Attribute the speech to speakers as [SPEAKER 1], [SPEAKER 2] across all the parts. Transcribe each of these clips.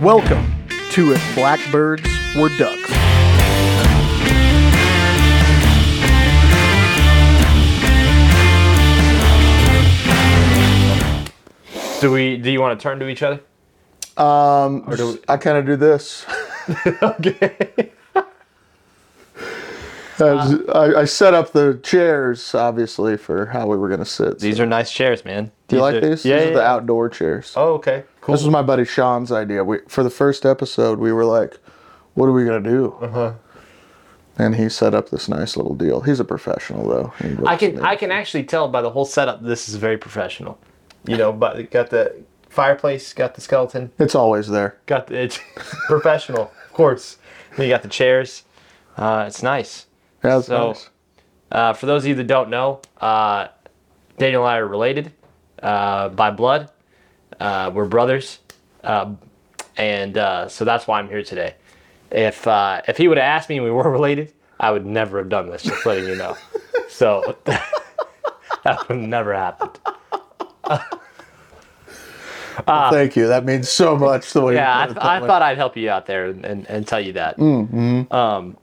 [SPEAKER 1] Welcome to If Blackbirds Were Ducks.
[SPEAKER 2] Do we? Do you want to turn to each other?
[SPEAKER 1] Um, I kind of do this.
[SPEAKER 2] Okay.
[SPEAKER 1] As I, I set up the chairs, obviously, for how we were going to sit.
[SPEAKER 3] These are nice chairs, man.
[SPEAKER 1] do you like these?
[SPEAKER 3] Yeah,
[SPEAKER 1] these
[SPEAKER 3] yeah,
[SPEAKER 1] are the
[SPEAKER 3] yeah.
[SPEAKER 1] outdoor chairs.
[SPEAKER 2] Oh, okay. Cool.
[SPEAKER 1] This was my buddy Sean's idea. We, for the first episode, we were like, what are we going to do? Uh-huh. And he set up this nice little deal. He's a professional, though. He
[SPEAKER 3] I
[SPEAKER 1] works
[SPEAKER 3] can
[SPEAKER 1] in-
[SPEAKER 3] I can actually tell by the whole setup this is very professional.
[SPEAKER 2] You know, but got the fireplace, got the skeleton,
[SPEAKER 1] It's always there.
[SPEAKER 2] got the it's professional, of course.
[SPEAKER 3] Then you got the chairs. Uh, it's nice.
[SPEAKER 1] Yeah, it's
[SPEAKER 3] So-
[SPEAKER 1] nice.
[SPEAKER 3] Uh, for those of you that don't know, uh, Daniel and I are related uh, by blood. Uh, we're brothers, uh, and uh, so that's why I'm here today. If uh, if he would have asked me and we were related, I would never have done this. Just letting you know. So that would have never happened.
[SPEAKER 1] Thank you. That means so much. The way
[SPEAKER 3] Yeah, I,
[SPEAKER 1] you put it
[SPEAKER 3] I
[SPEAKER 1] that way.
[SPEAKER 3] thought I'd help you out there and, and, and tell you that. Um,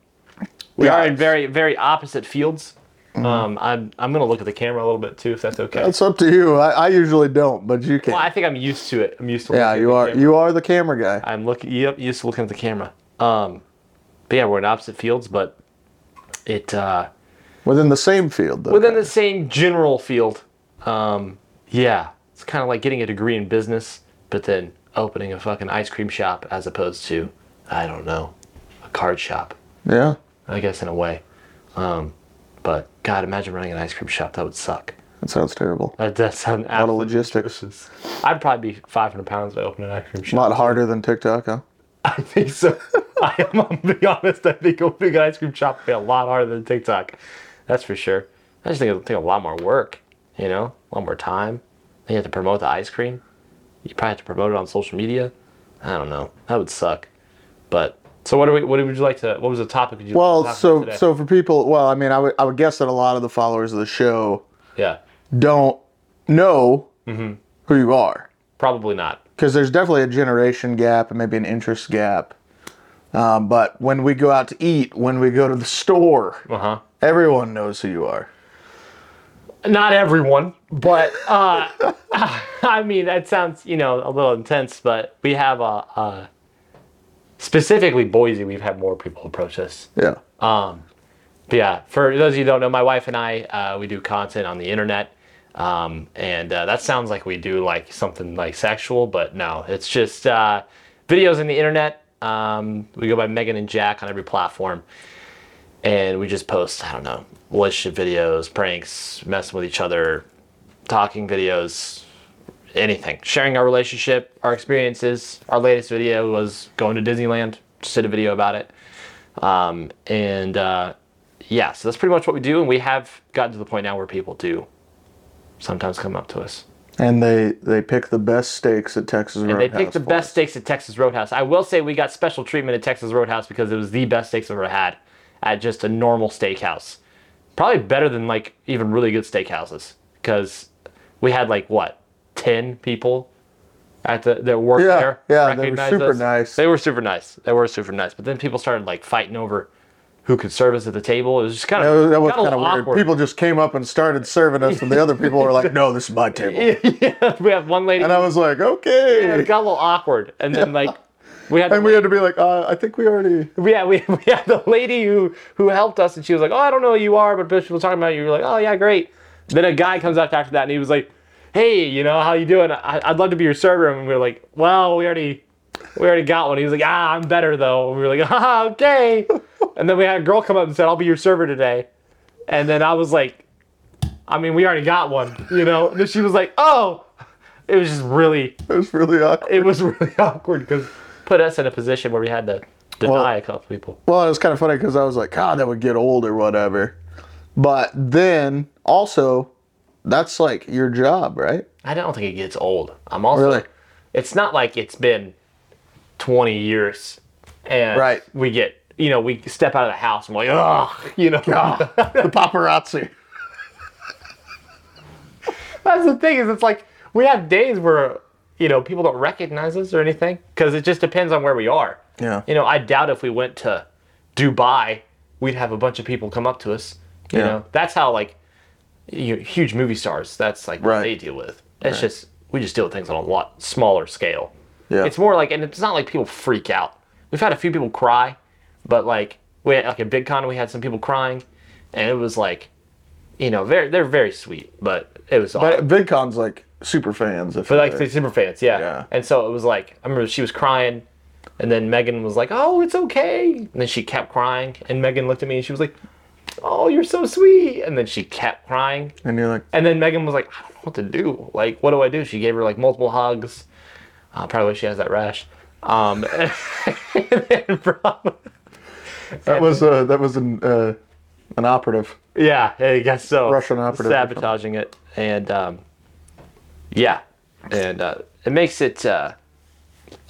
[SPEAKER 3] we
[SPEAKER 1] Yeah.
[SPEAKER 3] are in very very opposite fields. Um, I'm I'm gonna look at the camera a little bit too, if that's okay.
[SPEAKER 1] It's up to you. I, I usually don't, but you can.
[SPEAKER 3] well, I think I'm used to it. I'm used to.
[SPEAKER 1] yeah,
[SPEAKER 3] looking at
[SPEAKER 1] you
[SPEAKER 3] the
[SPEAKER 1] are.
[SPEAKER 3] camera.
[SPEAKER 1] You are the camera guy.
[SPEAKER 3] I'm looking. Yep, used to looking at the camera. Um, but yeah, we're in opposite fields, but it uh,
[SPEAKER 1] Within the same field, though.
[SPEAKER 3] within the same general field. Um, yeah, it's kind of like getting a degree in business, but then opening a fucking ice cream shop as opposed to, I don't know, a card shop.
[SPEAKER 1] yeah.
[SPEAKER 3] I guess in a way. Um, but God, imagine running an ice cream shop. That would suck.
[SPEAKER 1] That sounds terrible.
[SPEAKER 3] That does
[SPEAKER 1] A
[SPEAKER 3] sound
[SPEAKER 1] lot of
[SPEAKER 3] absolute-
[SPEAKER 1] logistics.
[SPEAKER 3] I'd probably be 500 pounds if I opened an ice cream
[SPEAKER 1] A
[SPEAKER 3] shop.
[SPEAKER 1] lot harder than TikTok, huh?
[SPEAKER 3] I think so. I am, I'm gonna be honest. I think opening an ice cream shop would be a lot harder than TikTok. That's for sure. I just think it'll take a lot more work, you know, a lot more time. Then you have to promote the ice cream. You probably have to promote it on social media. I don't know. That would suck. But so what are we? What would you like to? What was the topic? Would you
[SPEAKER 1] Well,
[SPEAKER 3] like to talk about
[SPEAKER 1] so
[SPEAKER 3] today?
[SPEAKER 1] so for people, well, I mean, I would I would guess that a lot of the followers of the show
[SPEAKER 3] yeah,
[SPEAKER 1] don't know who you are
[SPEAKER 3] probably not.
[SPEAKER 1] because there's definitely a generation gap and maybe an interest gap. Um, but when we go out to eat, when we go to the store,
[SPEAKER 3] Uh huh.
[SPEAKER 1] everyone knows who you are.
[SPEAKER 3] not everyone, but uh, I mean that sounds you know a little intense. But we have a, a specifically Boise. We've had more people approach us.
[SPEAKER 1] Yeah.
[SPEAKER 3] But yeah, for those of you who don't know, my wife and I uh, we do content on the internet, um, and uh, that sounds like we do like something like sexual, but no, it's just uh, videos on the internet. Um, we go by Megan and Jack on every platform and we just post i don't know relationship videos pranks messing with each other talking videos anything sharing our relationship our experiences our latest video was going to disneyland just did a video about it um, and uh, yeah so that's pretty much what we do and we have gotten to the point now where people do sometimes come up to us
[SPEAKER 1] And they they pick the best steaks at Texas
[SPEAKER 3] and they
[SPEAKER 1] Roadhouse.
[SPEAKER 3] picked the
[SPEAKER 1] for
[SPEAKER 3] best steaks at Texas Roadhouse. I will say we got special treatment at Texas Roadhouse because it was the best steaks I've ever had at just a normal steakhouse. Probably better than like even really good steakhouses because we had like what ten people at the that worked
[SPEAKER 1] Yeah,
[SPEAKER 3] there.
[SPEAKER 1] yeah, they were
[SPEAKER 3] recognized
[SPEAKER 1] super
[SPEAKER 3] us.
[SPEAKER 1] nice.
[SPEAKER 3] They were super nice. They were super nice. But then people started like fighting over who could serve us at the table. It was just kind
[SPEAKER 1] That
[SPEAKER 3] of
[SPEAKER 1] was, that was
[SPEAKER 3] got a
[SPEAKER 1] kind of
[SPEAKER 3] little
[SPEAKER 1] weird.
[SPEAKER 3] awkward.
[SPEAKER 1] People just came up and started serving us, and the other people were like, "No, this is my table."
[SPEAKER 3] yeah, we have one lady.
[SPEAKER 1] And I was like,
[SPEAKER 3] it
[SPEAKER 1] "Okay."
[SPEAKER 3] got a little awkward, and then like we had
[SPEAKER 1] And we had to be like, uh, "I think we already."
[SPEAKER 3] Yeah, we, we had the lady who who helped us, and she was like, "Oh, I don't know who you are, but people talking about you." We were like, "Oh yeah, great." Then a guy comes up after that, and he was like, "Hey, you know how you doing? I, I'd love to be your server." And we were like, "Well, we already we already got one." He was like, "Ah, I'm better though." And we were like, "Ah, okay." And then we had a girl come up and said, "I'll be your server today," and then I was like, "I mean, we already got one, you know." And then she was like, "Oh." It was just really,
[SPEAKER 1] It was really awkward.
[SPEAKER 3] it was really awkward because put us in a position where we had to deny a couple people.
[SPEAKER 1] Well, it was kind of funny because I was like, "God, that would get old or whatever." But then also, that's like your job, right?
[SPEAKER 3] I don't think it gets old. I'm also
[SPEAKER 1] Really?
[SPEAKER 3] it's not like it's been 20 years and
[SPEAKER 1] Right.
[SPEAKER 3] we get you know we step out of the house and we're like oh you know
[SPEAKER 1] Ah, the paparazzi.
[SPEAKER 3] that's the thing is it's like we have days where you know, people don't recognize us or anything because it just depends on where we are.
[SPEAKER 1] Yeah.
[SPEAKER 3] You know, I doubt if we went to Dubai, we'd have a bunch of people come up to us. You
[SPEAKER 1] Yeah.
[SPEAKER 3] know, that's how like you huge movie stars. That's like what
[SPEAKER 1] Right.
[SPEAKER 3] they deal with. It's just we just deal with things on a lot smaller scale.
[SPEAKER 1] Yeah.
[SPEAKER 3] It's more like, and it's not like people freak out. We've had a few people cry, but like we had, like at BigCon we had some people crying, and it was like, you know, they're they're very sweet, but it was. awkward.
[SPEAKER 1] But VidCon's like super fans. If
[SPEAKER 3] But like
[SPEAKER 1] they're-
[SPEAKER 3] the super fans, yeah.
[SPEAKER 1] Yeah.
[SPEAKER 3] And so it was like I remember she was crying, and then Megan was like, "Oh, it's okay." And then she kept crying, and Megan looked at me and she was like, "Oh, you're so sweet." And then she kept crying,
[SPEAKER 1] and you're like,
[SPEAKER 3] and then Megan was like, "I don't know what to do. Like, what do I do?" She gave her like multiple hugs. Uh, probably she has that rash. Um, and then from-
[SPEAKER 1] that was uh, that was an uh, an operative.
[SPEAKER 3] yeah, I guess so.
[SPEAKER 1] Russian operative or
[SPEAKER 3] sabotaging it, and um, yeah, and uh, it makes it. Uh,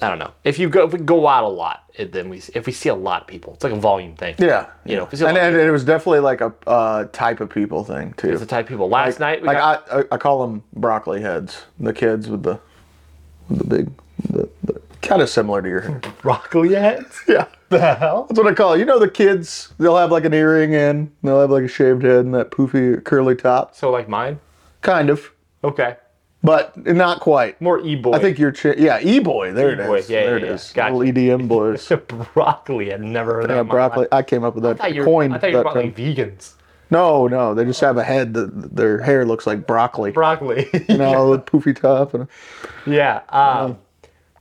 [SPEAKER 3] I don't know. If you go, if we go out a lot, it, then we if we see a lot of people, it's like a volume thing.
[SPEAKER 1] Yeah.
[SPEAKER 3] You know, 'cause you'll-
[SPEAKER 1] and, and it was definitely like a uh, type of people thing too.
[SPEAKER 3] it's the type of people. Last night, we
[SPEAKER 1] like
[SPEAKER 3] got,
[SPEAKER 1] I, I, I call them broccoli heads. The kids with the with the big, the, the kind of similar to your.
[SPEAKER 2] Broccoli heads?
[SPEAKER 1] yeah.
[SPEAKER 2] the hell?
[SPEAKER 1] That's what I call. it. You know the kids. They'll have like an earring in. They'll have like a shaved head and that poofy curly top.
[SPEAKER 3] so like mine.
[SPEAKER 1] Kind of,
[SPEAKER 3] Okay,
[SPEAKER 1] but not quite.
[SPEAKER 3] more e boy.
[SPEAKER 1] I think your cha- yeah e boy. There
[SPEAKER 3] E-boy,
[SPEAKER 1] it is.
[SPEAKER 3] yeah,
[SPEAKER 1] there
[SPEAKER 3] yeah,
[SPEAKER 1] it
[SPEAKER 3] yeah.
[SPEAKER 1] is.
[SPEAKER 3] Gotcha.
[SPEAKER 1] Little EDM boys.
[SPEAKER 3] broccoli. I've never heard that.
[SPEAKER 1] yeah,
[SPEAKER 3] in my
[SPEAKER 1] broccoli. uh,
[SPEAKER 3] life.
[SPEAKER 1] I came up with that.
[SPEAKER 3] I thought you were,
[SPEAKER 1] coined
[SPEAKER 3] I thought you were
[SPEAKER 1] that
[SPEAKER 3] probably
[SPEAKER 1] term.
[SPEAKER 3] vegans.
[SPEAKER 1] No, no, they just have a head that their hair looks like broccoli.
[SPEAKER 3] Broccoli.
[SPEAKER 1] You know, with poofy top and
[SPEAKER 3] Yeah. Um,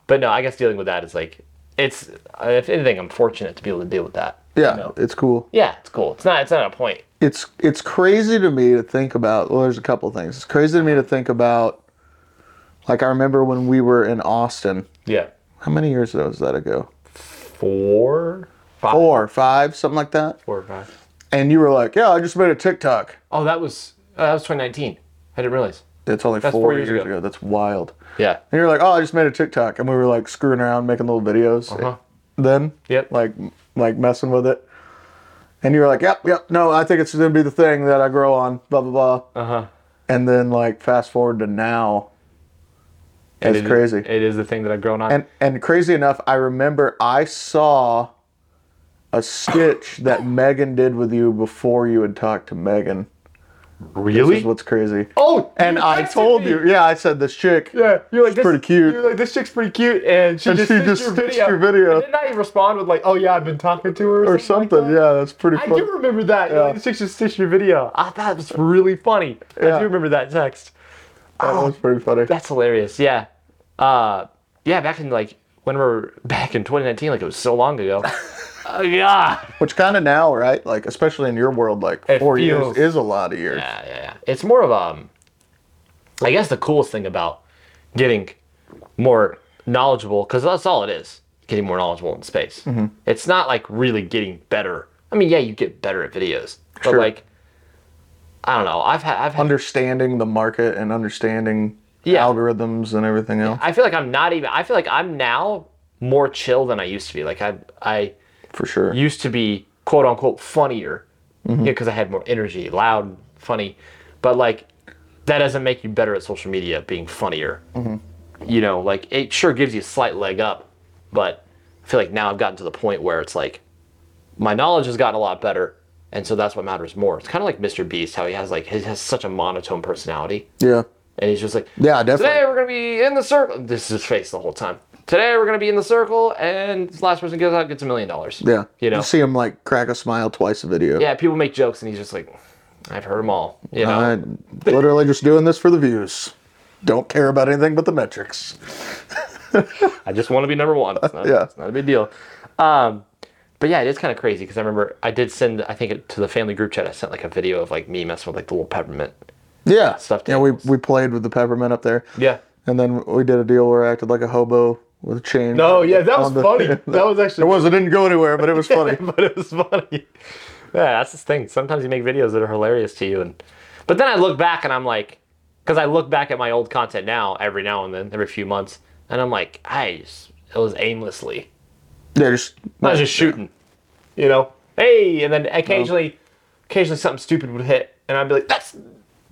[SPEAKER 3] But no, I guess dealing with that is like, it's, if anything, I'm fortunate to be able to deal with that.
[SPEAKER 1] yeah,
[SPEAKER 3] No.
[SPEAKER 1] it's cool.
[SPEAKER 3] Yeah, it's cool. It's not, it's not a point.
[SPEAKER 1] it's it's crazy to me to think about. Well, there's a couple of things. It's crazy to me to think about. Like I remember when we were in Austin.
[SPEAKER 3] Yeah.
[SPEAKER 1] How many years ago was that ago?
[SPEAKER 3] Four, five, four,
[SPEAKER 1] Four, five, something like that.
[SPEAKER 3] or five.
[SPEAKER 1] And you were like, "Yeah, I just made a TikTok."
[SPEAKER 3] Oh, that was, uh, that was 2019. I didn't realize.
[SPEAKER 1] It's only
[SPEAKER 3] That's
[SPEAKER 1] four, years, ago. That's wild.
[SPEAKER 3] Yeah.
[SPEAKER 1] And you're like, "Oh, I just made a TikTok," and we were like screwing around, making little videos.
[SPEAKER 3] Uh-huh.
[SPEAKER 1] Then,
[SPEAKER 3] Yep.
[SPEAKER 1] like like messing with it. And you were like, "Yep, yep, no, I think it's gonna be the thing that I grow on." Blah blah blah.
[SPEAKER 3] Uh huh.
[SPEAKER 1] And then like fast forward to now. It's crazy.
[SPEAKER 3] It is the thing that I've grown on.
[SPEAKER 1] And and crazy enough, I remember I saw a stitch that Megan did with you before you had talked to Megan. This
[SPEAKER 3] really?
[SPEAKER 1] is what's crazy.
[SPEAKER 3] oh,
[SPEAKER 1] and
[SPEAKER 3] you
[SPEAKER 1] I
[SPEAKER 3] texted
[SPEAKER 1] told
[SPEAKER 3] me.
[SPEAKER 1] you, yeah, I said this chick.
[SPEAKER 3] Yeah, you're like this,
[SPEAKER 1] pretty cute.
[SPEAKER 3] You're like this chick's pretty cute, and she
[SPEAKER 1] And
[SPEAKER 3] just
[SPEAKER 1] she
[SPEAKER 3] stitched
[SPEAKER 1] just
[SPEAKER 3] your
[SPEAKER 1] stitched
[SPEAKER 3] video.
[SPEAKER 1] your video.
[SPEAKER 3] And then I respond with like, "Oh yeah, I've been talking to her,"
[SPEAKER 1] or
[SPEAKER 3] like
[SPEAKER 1] something.
[SPEAKER 3] that.
[SPEAKER 1] yeah, that's pretty
[SPEAKER 3] I
[SPEAKER 1] funny.
[SPEAKER 3] do remember that. You're
[SPEAKER 1] Yeah.
[SPEAKER 3] like, this chick just stitched your video. I thought it was really funny. I
[SPEAKER 1] Yeah.
[SPEAKER 3] do remember that text.
[SPEAKER 1] That was pretty funny.
[SPEAKER 3] That's hilarious. Yeah, uh, yeah. Back in like when we were back in 2019, like it was so long ago. Oh yeah.
[SPEAKER 1] Which kind of now, right? Like, especially in your world, like
[SPEAKER 3] It
[SPEAKER 1] four
[SPEAKER 3] feels-
[SPEAKER 1] years is a lot of years.
[SPEAKER 3] Yeah, yeah, yeah. It's more of um, I guess the coolest thing about getting more knowledgeable, because that's all it is, getting more knowledgeable in space. It's not like really getting better. I mean, yeah, you get better at videos, but
[SPEAKER 1] Sure. Um,
[SPEAKER 3] like, I don't know. I've had, I've had,
[SPEAKER 1] Understanding the market and understanding
[SPEAKER 3] Yeah.
[SPEAKER 1] algorithms and everything else.
[SPEAKER 3] I feel like I'm not even. I feel like I'm now more chill than I used to be. Like I, I
[SPEAKER 1] For sure.
[SPEAKER 3] used to be quote unquote funnier because I had more energy, loud, funny. But like that doesn't make you better at social media being funnier. You know, like it sure gives you a slight leg up, but I feel like now I've gotten to the point where it's like my knowledge has gotten a lot better. And so that's what matters more. It's kind of like Mr. Beast, how he has like he has such a monotone personality,
[SPEAKER 1] yeah.
[SPEAKER 3] and he's just like,
[SPEAKER 1] Yeah, definitely.
[SPEAKER 3] Today we're gonna be in the circle. This is his face the whole time. Today we're gonna be in the circle, and this last person goes out gets a million dollars.
[SPEAKER 1] Yeah.
[SPEAKER 3] you know.
[SPEAKER 1] You see him like crack a smile twice a video.
[SPEAKER 3] Yeah, people make jokes, and he's just like, I've heard them all. You know,
[SPEAKER 1] I'm literally just doing this for the views. Don't care about anything but the metrics.
[SPEAKER 3] I just want to be number one. It's not,
[SPEAKER 1] Yeah.
[SPEAKER 3] it's not a big deal. Um, but yeah, it is kind of crazy because I remember I did send, I think, it, to the family group chat. I sent like a video of like me messing with like the little peppermint.
[SPEAKER 1] Yeah.
[SPEAKER 3] Stuffed
[SPEAKER 1] yeah, we,
[SPEAKER 3] animals.
[SPEAKER 1] we played with the peppermint up there.
[SPEAKER 3] Yeah.
[SPEAKER 1] And then we did a deal where I acted like a hobo with a chain.
[SPEAKER 2] No,
[SPEAKER 3] Oh,
[SPEAKER 2] yeah, that was
[SPEAKER 1] on the-
[SPEAKER 2] funny. That was
[SPEAKER 1] It
[SPEAKER 2] actually
[SPEAKER 1] was. It didn't go anywhere, but it was funny.
[SPEAKER 3] but it was funny. Yeah, that's the thing. Sometimes you make videos that are hilarious to you, and but then I look back and I'm like, because I look back at my old content now every now and then, every few months, and I'm like, I just, it was aimlessly.
[SPEAKER 1] yeah, just,
[SPEAKER 3] I was just shooting, you know. Hey, and then occasionally, occasionally something stupid would hit, and I'd be like, that's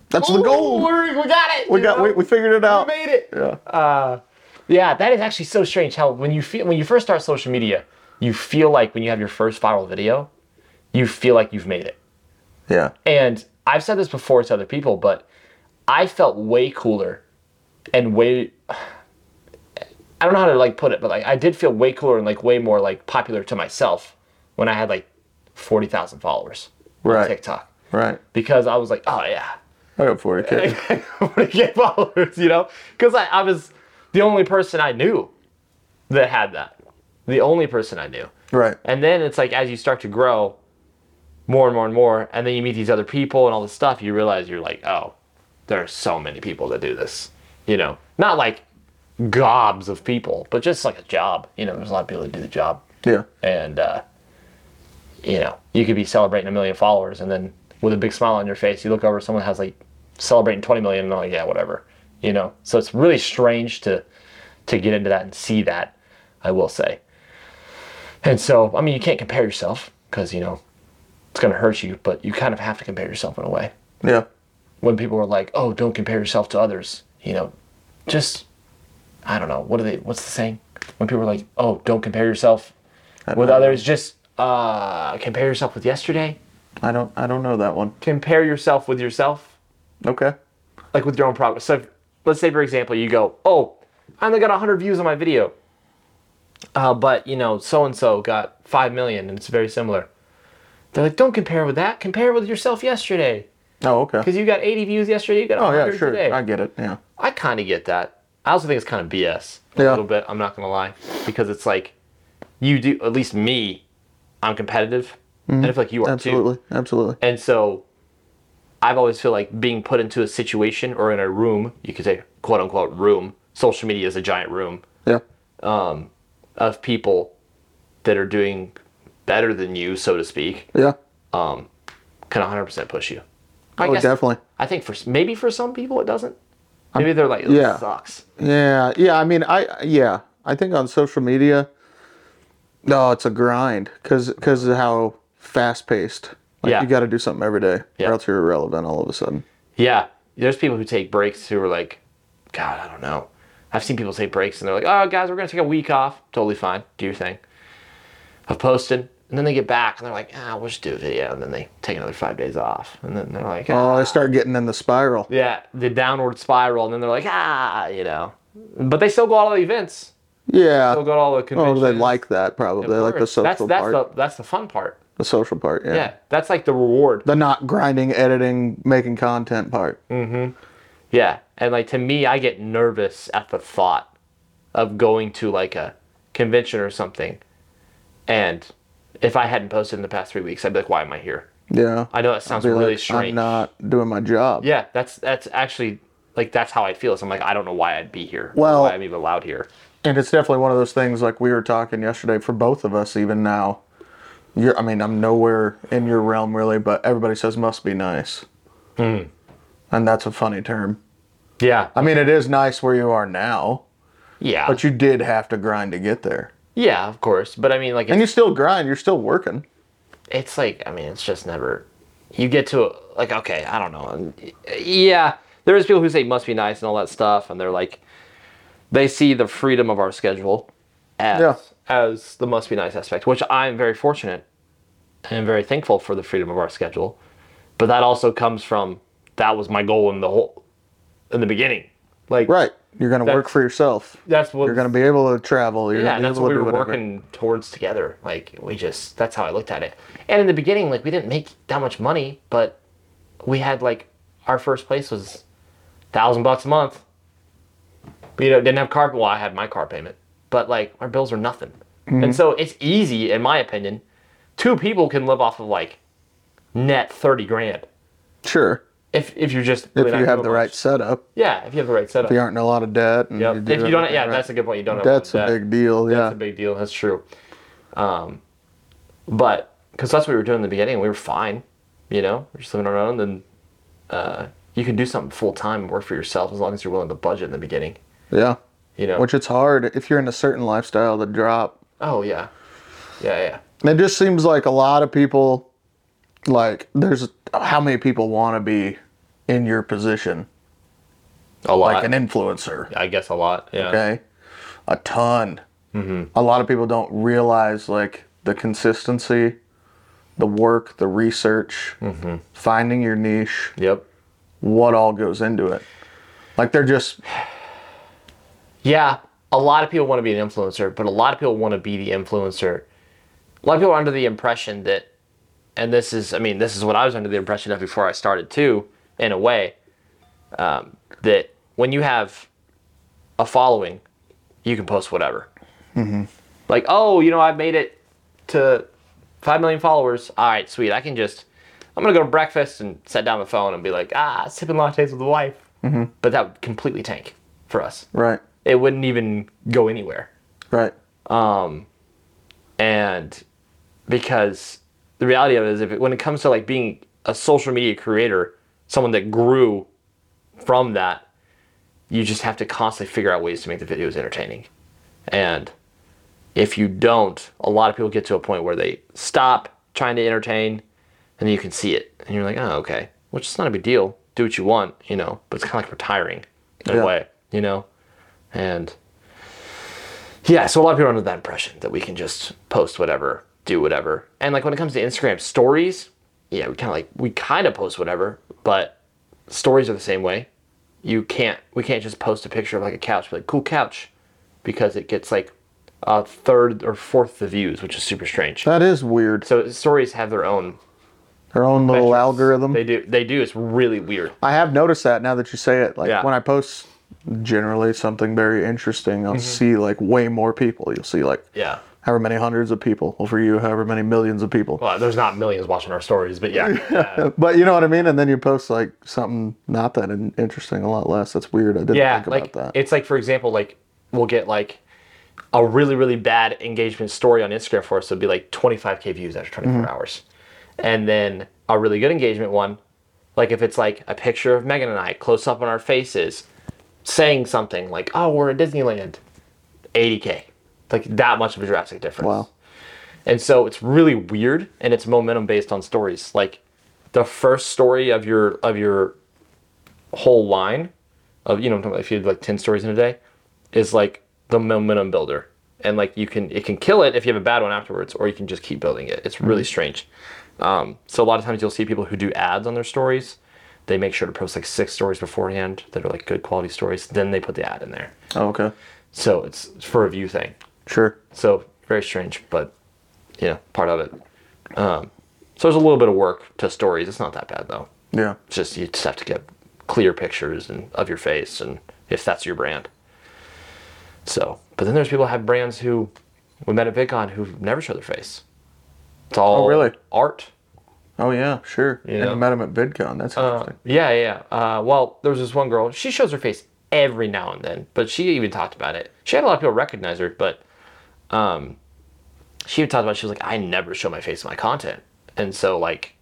[SPEAKER 1] that's the
[SPEAKER 3] Ooh,
[SPEAKER 1] goal.
[SPEAKER 3] We we got it.
[SPEAKER 1] We
[SPEAKER 3] you
[SPEAKER 1] got.
[SPEAKER 3] know?
[SPEAKER 1] We, we figured it
[SPEAKER 3] We
[SPEAKER 1] out.
[SPEAKER 3] made it.
[SPEAKER 1] Yeah.
[SPEAKER 3] Uh, Yeah, that is actually so strange how when you feel when you first start social media, you feel like when you have your first viral video, you feel like you've made it.
[SPEAKER 1] Yeah.
[SPEAKER 3] And I've said this before to other people, but I felt way cooler and way I don't know how to like put it, but like I did feel way cooler and like way more like popular to myself when I had like 40,000 followers on
[SPEAKER 1] Right.
[SPEAKER 3] TikTok
[SPEAKER 1] Right.
[SPEAKER 3] because I was like, "Oh yeah,
[SPEAKER 1] I got 40k.
[SPEAKER 3] when it get followers, you know? Because I, I was the only person I knew that had that. The only person I knew.
[SPEAKER 1] right.
[SPEAKER 3] And then it's like as you start to grow more and more and more, and then you meet these other people and all this stuff, you realize you're like, oh, there are so many people that do this. You know? Not like gobs of people, but just like a job. You know, there's a lot of people that do the job
[SPEAKER 1] Yeah.
[SPEAKER 3] and uh, you know you could be celebrating a million followers and then with a big smile on your face you look over someone has like celebrating 20 million and they're like yeah whatever you know so it's really strange to to get into that and see that i will say and so i mean you can't compare yourself because you know it's going to hurt you but you kind of have to compare yourself in a way
[SPEAKER 1] Yeah.
[SPEAKER 3] when people are like oh don't compare yourself to others you know just i don't know what are they what's the saying when people are like oh don't compare yourself with others just uh, compare yourself with yesterday
[SPEAKER 1] I don't. I don't know that one.
[SPEAKER 3] compare yourself with yourself
[SPEAKER 1] Okay.
[SPEAKER 3] like with your own progress so if, let's say for example you go oh i only got 100 views on my video uh, but you know so and so got 5 million and it's very similar they're like don't compare with that compare with yourself yesterday
[SPEAKER 1] Oh, okay.
[SPEAKER 3] because you got 80 views yesterday you got
[SPEAKER 1] Oh,
[SPEAKER 3] 100
[SPEAKER 1] yeah. Sure.
[SPEAKER 3] today
[SPEAKER 1] I get it. Yeah.
[SPEAKER 3] I kind of get that. I also think it's kind of BS a
[SPEAKER 1] Yeah.
[SPEAKER 3] little bit. I'm not gonna lie, because it's like you do. At least me, I'm competitive, and I feel like you are
[SPEAKER 1] Mm-hmm.
[SPEAKER 3] too.
[SPEAKER 1] Absolutely. Absolutely.
[SPEAKER 3] And so, I've always feel like being put into a situation or in a room. You could say quote unquote room. Social media is a giant room
[SPEAKER 1] Yeah.
[SPEAKER 3] of people that are doing better than you, so to speak. um,
[SPEAKER 1] Yeah.
[SPEAKER 3] Can 100% push you. I
[SPEAKER 1] Oh,
[SPEAKER 3] guess-
[SPEAKER 1] definitely.
[SPEAKER 3] I think for s- maybe for some people it doesn't. Maybe they're like, this
[SPEAKER 1] yeah.
[SPEAKER 3] sucks.
[SPEAKER 1] Yeah, yeah. I mean, I yeah. I think on social media, no, it's a grind because of how fast paced. Like
[SPEAKER 3] Yeah.
[SPEAKER 1] you got to do something every day,
[SPEAKER 3] Yeah.
[SPEAKER 1] or else you're irrelevant all of a sudden.
[SPEAKER 3] Yeah, there's people who take breaks who are like, God, I don't know. I've seen people take breaks and they're like, Oh, guys, we're gonna take a week off. Totally fine. Do your thing. I've posted, and then they get back and they're like, Ah, we'll just do a video, and then they take another five days off, and then they're like, ah.
[SPEAKER 1] Oh, I start getting in the spiral.
[SPEAKER 3] Yeah, the downward spiral, and then they're like, Ah, you know. But they still go to all the events.
[SPEAKER 1] Yeah.
[SPEAKER 3] Still go to all the
[SPEAKER 1] Oh,
[SPEAKER 3] conventions.
[SPEAKER 1] they like that probably. They like the social
[SPEAKER 3] that's, that's
[SPEAKER 1] part.
[SPEAKER 3] The, that's the fun part.
[SPEAKER 1] The, social part. Yeah.
[SPEAKER 3] Yeah, that's like the reward.
[SPEAKER 1] The not grinding, editing, making content part.
[SPEAKER 3] Mm. Yeah. And like to me, I get nervous at the thought of going to like a convention or something. And if I hadn't posted in the past three weeks, I'd be like, why am I here?
[SPEAKER 1] Yeah.
[SPEAKER 3] I know that sounds
[SPEAKER 1] Be like,
[SPEAKER 3] really strange.
[SPEAKER 1] I'm not doing my job.
[SPEAKER 3] Yeah, that's that's actually like that's how I feel. So I'm like, I don't know why I'd be here. or
[SPEAKER 1] Well-
[SPEAKER 3] why I'm even allowed here.
[SPEAKER 1] And it's definitely one of those things like we were talking yesterday for both of us even now. You're I mean, I'm nowhere in your realm really, but everybody says must be nice.
[SPEAKER 3] Mm.
[SPEAKER 1] And that's a funny term.
[SPEAKER 3] Yeah.
[SPEAKER 1] I mean, it is nice where you are now,
[SPEAKER 3] Yeah.
[SPEAKER 1] but you did have to grind to get there.
[SPEAKER 3] yeah, of course. But I mean like
[SPEAKER 1] And
[SPEAKER 3] it's,
[SPEAKER 1] you still grind, you're still working.
[SPEAKER 3] it's like I mean, it's just never you get to a- like okay, I don't know. Yeah. There's people who say must be nice and all that stuff and they're like they see the freedom of our schedule as
[SPEAKER 1] Yeah.
[SPEAKER 3] as the must be nice aspect, which I'm very fortunate and very thankful for the freedom of our schedule. But that also comes from that was my goal in the whole in the beginning. Like
[SPEAKER 1] Right. You're going to work
[SPEAKER 3] That's-
[SPEAKER 1] for yourself.
[SPEAKER 3] that's what
[SPEAKER 1] You're going to be able to travel. You're
[SPEAKER 3] yeah,
[SPEAKER 1] going
[SPEAKER 3] and
[SPEAKER 1] to
[SPEAKER 3] that's
[SPEAKER 1] be able
[SPEAKER 3] what
[SPEAKER 1] to
[SPEAKER 3] we
[SPEAKER 1] do
[SPEAKER 3] were
[SPEAKER 1] whatever.
[SPEAKER 3] working towards together. Like we just that's how I looked at it. And in the beginning, like we didn't make that much money, but we had like our first place was thousand bucks a month. You know, didn't have car. Well, I had my car payment, but like our bills were nothing.
[SPEAKER 1] Mm-hmm.
[SPEAKER 3] And so it's easy, in my opinion. Two people can live off of like net thirty grand
[SPEAKER 1] Sure.
[SPEAKER 3] if if you're just
[SPEAKER 1] If you have the right setup,
[SPEAKER 3] Yeah, if you have the right setup.
[SPEAKER 1] you aren't in a lot of debt. And
[SPEAKER 3] Yep.
[SPEAKER 1] you do
[SPEAKER 3] If you don't,
[SPEAKER 1] everything
[SPEAKER 3] yeah,
[SPEAKER 1] right.
[SPEAKER 3] that's a good point. You don't have
[SPEAKER 1] that's a
[SPEAKER 3] debt.
[SPEAKER 1] big deal. Yeah.
[SPEAKER 3] That's a big deal. That's true. Um, but because that's what we were doing in the beginning, we were fine. You know, we're just living on our own. Then uh, you can do something full time and work for yourself as long as you're willing to budget in the beginning.
[SPEAKER 1] Yeah.
[SPEAKER 3] You know.
[SPEAKER 1] Which it's hard if you're in a certain lifestyle to drop.
[SPEAKER 3] oh yeah, yeah yeah.
[SPEAKER 1] It just seems like a lot of people, like, there's how many people want to be in your position,
[SPEAKER 3] A lot.
[SPEAKER 1] like an influencer,
[SPEAKER 3] I guess a lot. Yeah. Mm-hmm.
[SPEAKER 1] okay? a ton. A lot of people don't realize like the consistency, the work, the research,
[SPEAKER 3] Mm-hmm.
[SPEAKER 1] finding your niche,
[SPEAKER 3] Yep.
[SPEAKER 1] what all goes into it. Like they're just
[SPEAKER 3] Yeah, a lot of people want to be an influencer, but a lot of people want to be the influencer. A lot of people are under the impression that, and this is, I mean, this is what I was under the impression of before I started too, in a way, um, that when you have a following, you can post whatever. Like, oh, you know, I've made it to 5 million followers. All right, sweet. I can just, I'm going to go to breakfast and set down the phone and be like, ah, sipping lattes with the wife. But that would completely tank for us
[SPEAKER 1] right,
[SPEAKER 3] it wouldn't even go anywhere.
[SPEAKER 1] right,
[SPEAKER 3] And because the reality of it is, if it, when it comes to like being a social media creator, someone that grew from that, you just have to constantly figure out ways to make the videos entertaining. And if you don't, a lot of people get to a point where they stop trying to entertain, and then you can see it, and you're like, oh, okay, which is not a big deal. Do what you want, you know. But it's kind of like retiring in
[SPEAKER 1] Yeah.
[SPEAKER 3] a way, you know. And yeah, so a lot of people are under that impression that we can just post whatever, do whatever. And like when it comes to Instagram stories, yeah, we kind of like we kind of post whatever, but stories are the same way. You can't we can't just post a picture of like a couch, be like cool couch, because it gets like a third or fourth the views, which is super strange.
[SPEAKER 1] that is weird.
[SPEAKER 3] So stories have their own
[SPEAKER 1] Their own little
[SPEAKER 3] metrics.
[SPEAKER 1] algorithm.
[SPEAKER 3] They do. They do. It's really weird.
[SPEAKER 1] I have noticed that now that you say it. Like
[SPEAKER 3] Yeah.
[SPEAKER 1] when I post generally something very interesting,
[SPEAKER 3] Mm-hmm.
[SPEAKER 1] I'll see like way more people. You'll see like
[SPEAKER 3] Yeah.
[SPEAKER 1] however many hundreds of people. Well, for you, however many millions of people.
[SPEAKER 3] Well, there's not millions watching our stories, but yeah.
[SPEAKER 1] But you know what I mean? And then you post like something not that in- interesting, a lot less. That's weird. I didn't
[SPEAKER 3] yeah
[SPEAKER 1] think about
[SPEAKER 3] like
[SPEAKER 1] that.
[SPEAKER 3] it's like for example like we'll get like a really really bad engagement story on instagram for us it'll be like 25k views after 24
[SPEAKER 1] Mm-hmm.
[SPEAKER 3] hours and then a really good engagement one like if it's like a picture of megan and i close up on our faces saying something like oh we're at disneyland 80k like that much of a drastic difference
[SPEAKER 1] wow.
[SPEAKER 3] and so it's really weird and it's momentum based on stories. Like the first story of your of your whole line of you know if you had like 10 stories in a day is like the momentum builder. And like you can it can kill it if you have a bad one afterwards or you can just keep building it. It's really strange. Um, so a lot of times you'll see people who do ads on their stories. They make sure to post like six stories beforehand that are like good quality stories. Then they put the ad in there.
[SPEAKER 1] Oh, okay.
[SPEAKER 3] So it's for a view thing.
[SPEAKER 1] Sure.
[SPEAKER 3] So very strange, but yeah, part of it. Um, so there's a little bit of work to stories. It's not that bad though.
[SPEAKER 1] Yeah.
[SPEAKER 3] It's just you just have to get clear pictures and of your face, and if that's your brand. So, but then there's people who have brands who we met at VidCon who never show their face. It's all
[SPEAKER 1] really?
[SPEAKER 3] art.
[SPEAKER 1] Oh yeah. Sure.
[SPEAKER 3] You
[SPEAKER 1] And I
[SPEAKER 3] know.
[SPEAKER 1] met him at VidCon. That's
[SPEAKER 3] Uh,
[SPEAKER 1] interesting.
[SPEAKER 3] yeah, yeah. yeah. Uh, well, there was this one girl. She shows her face every now and then, but she even talked about it. She had a lot of people recognize her, but um, she even talked about. It, she was like, "I never show my face in my content," and so like,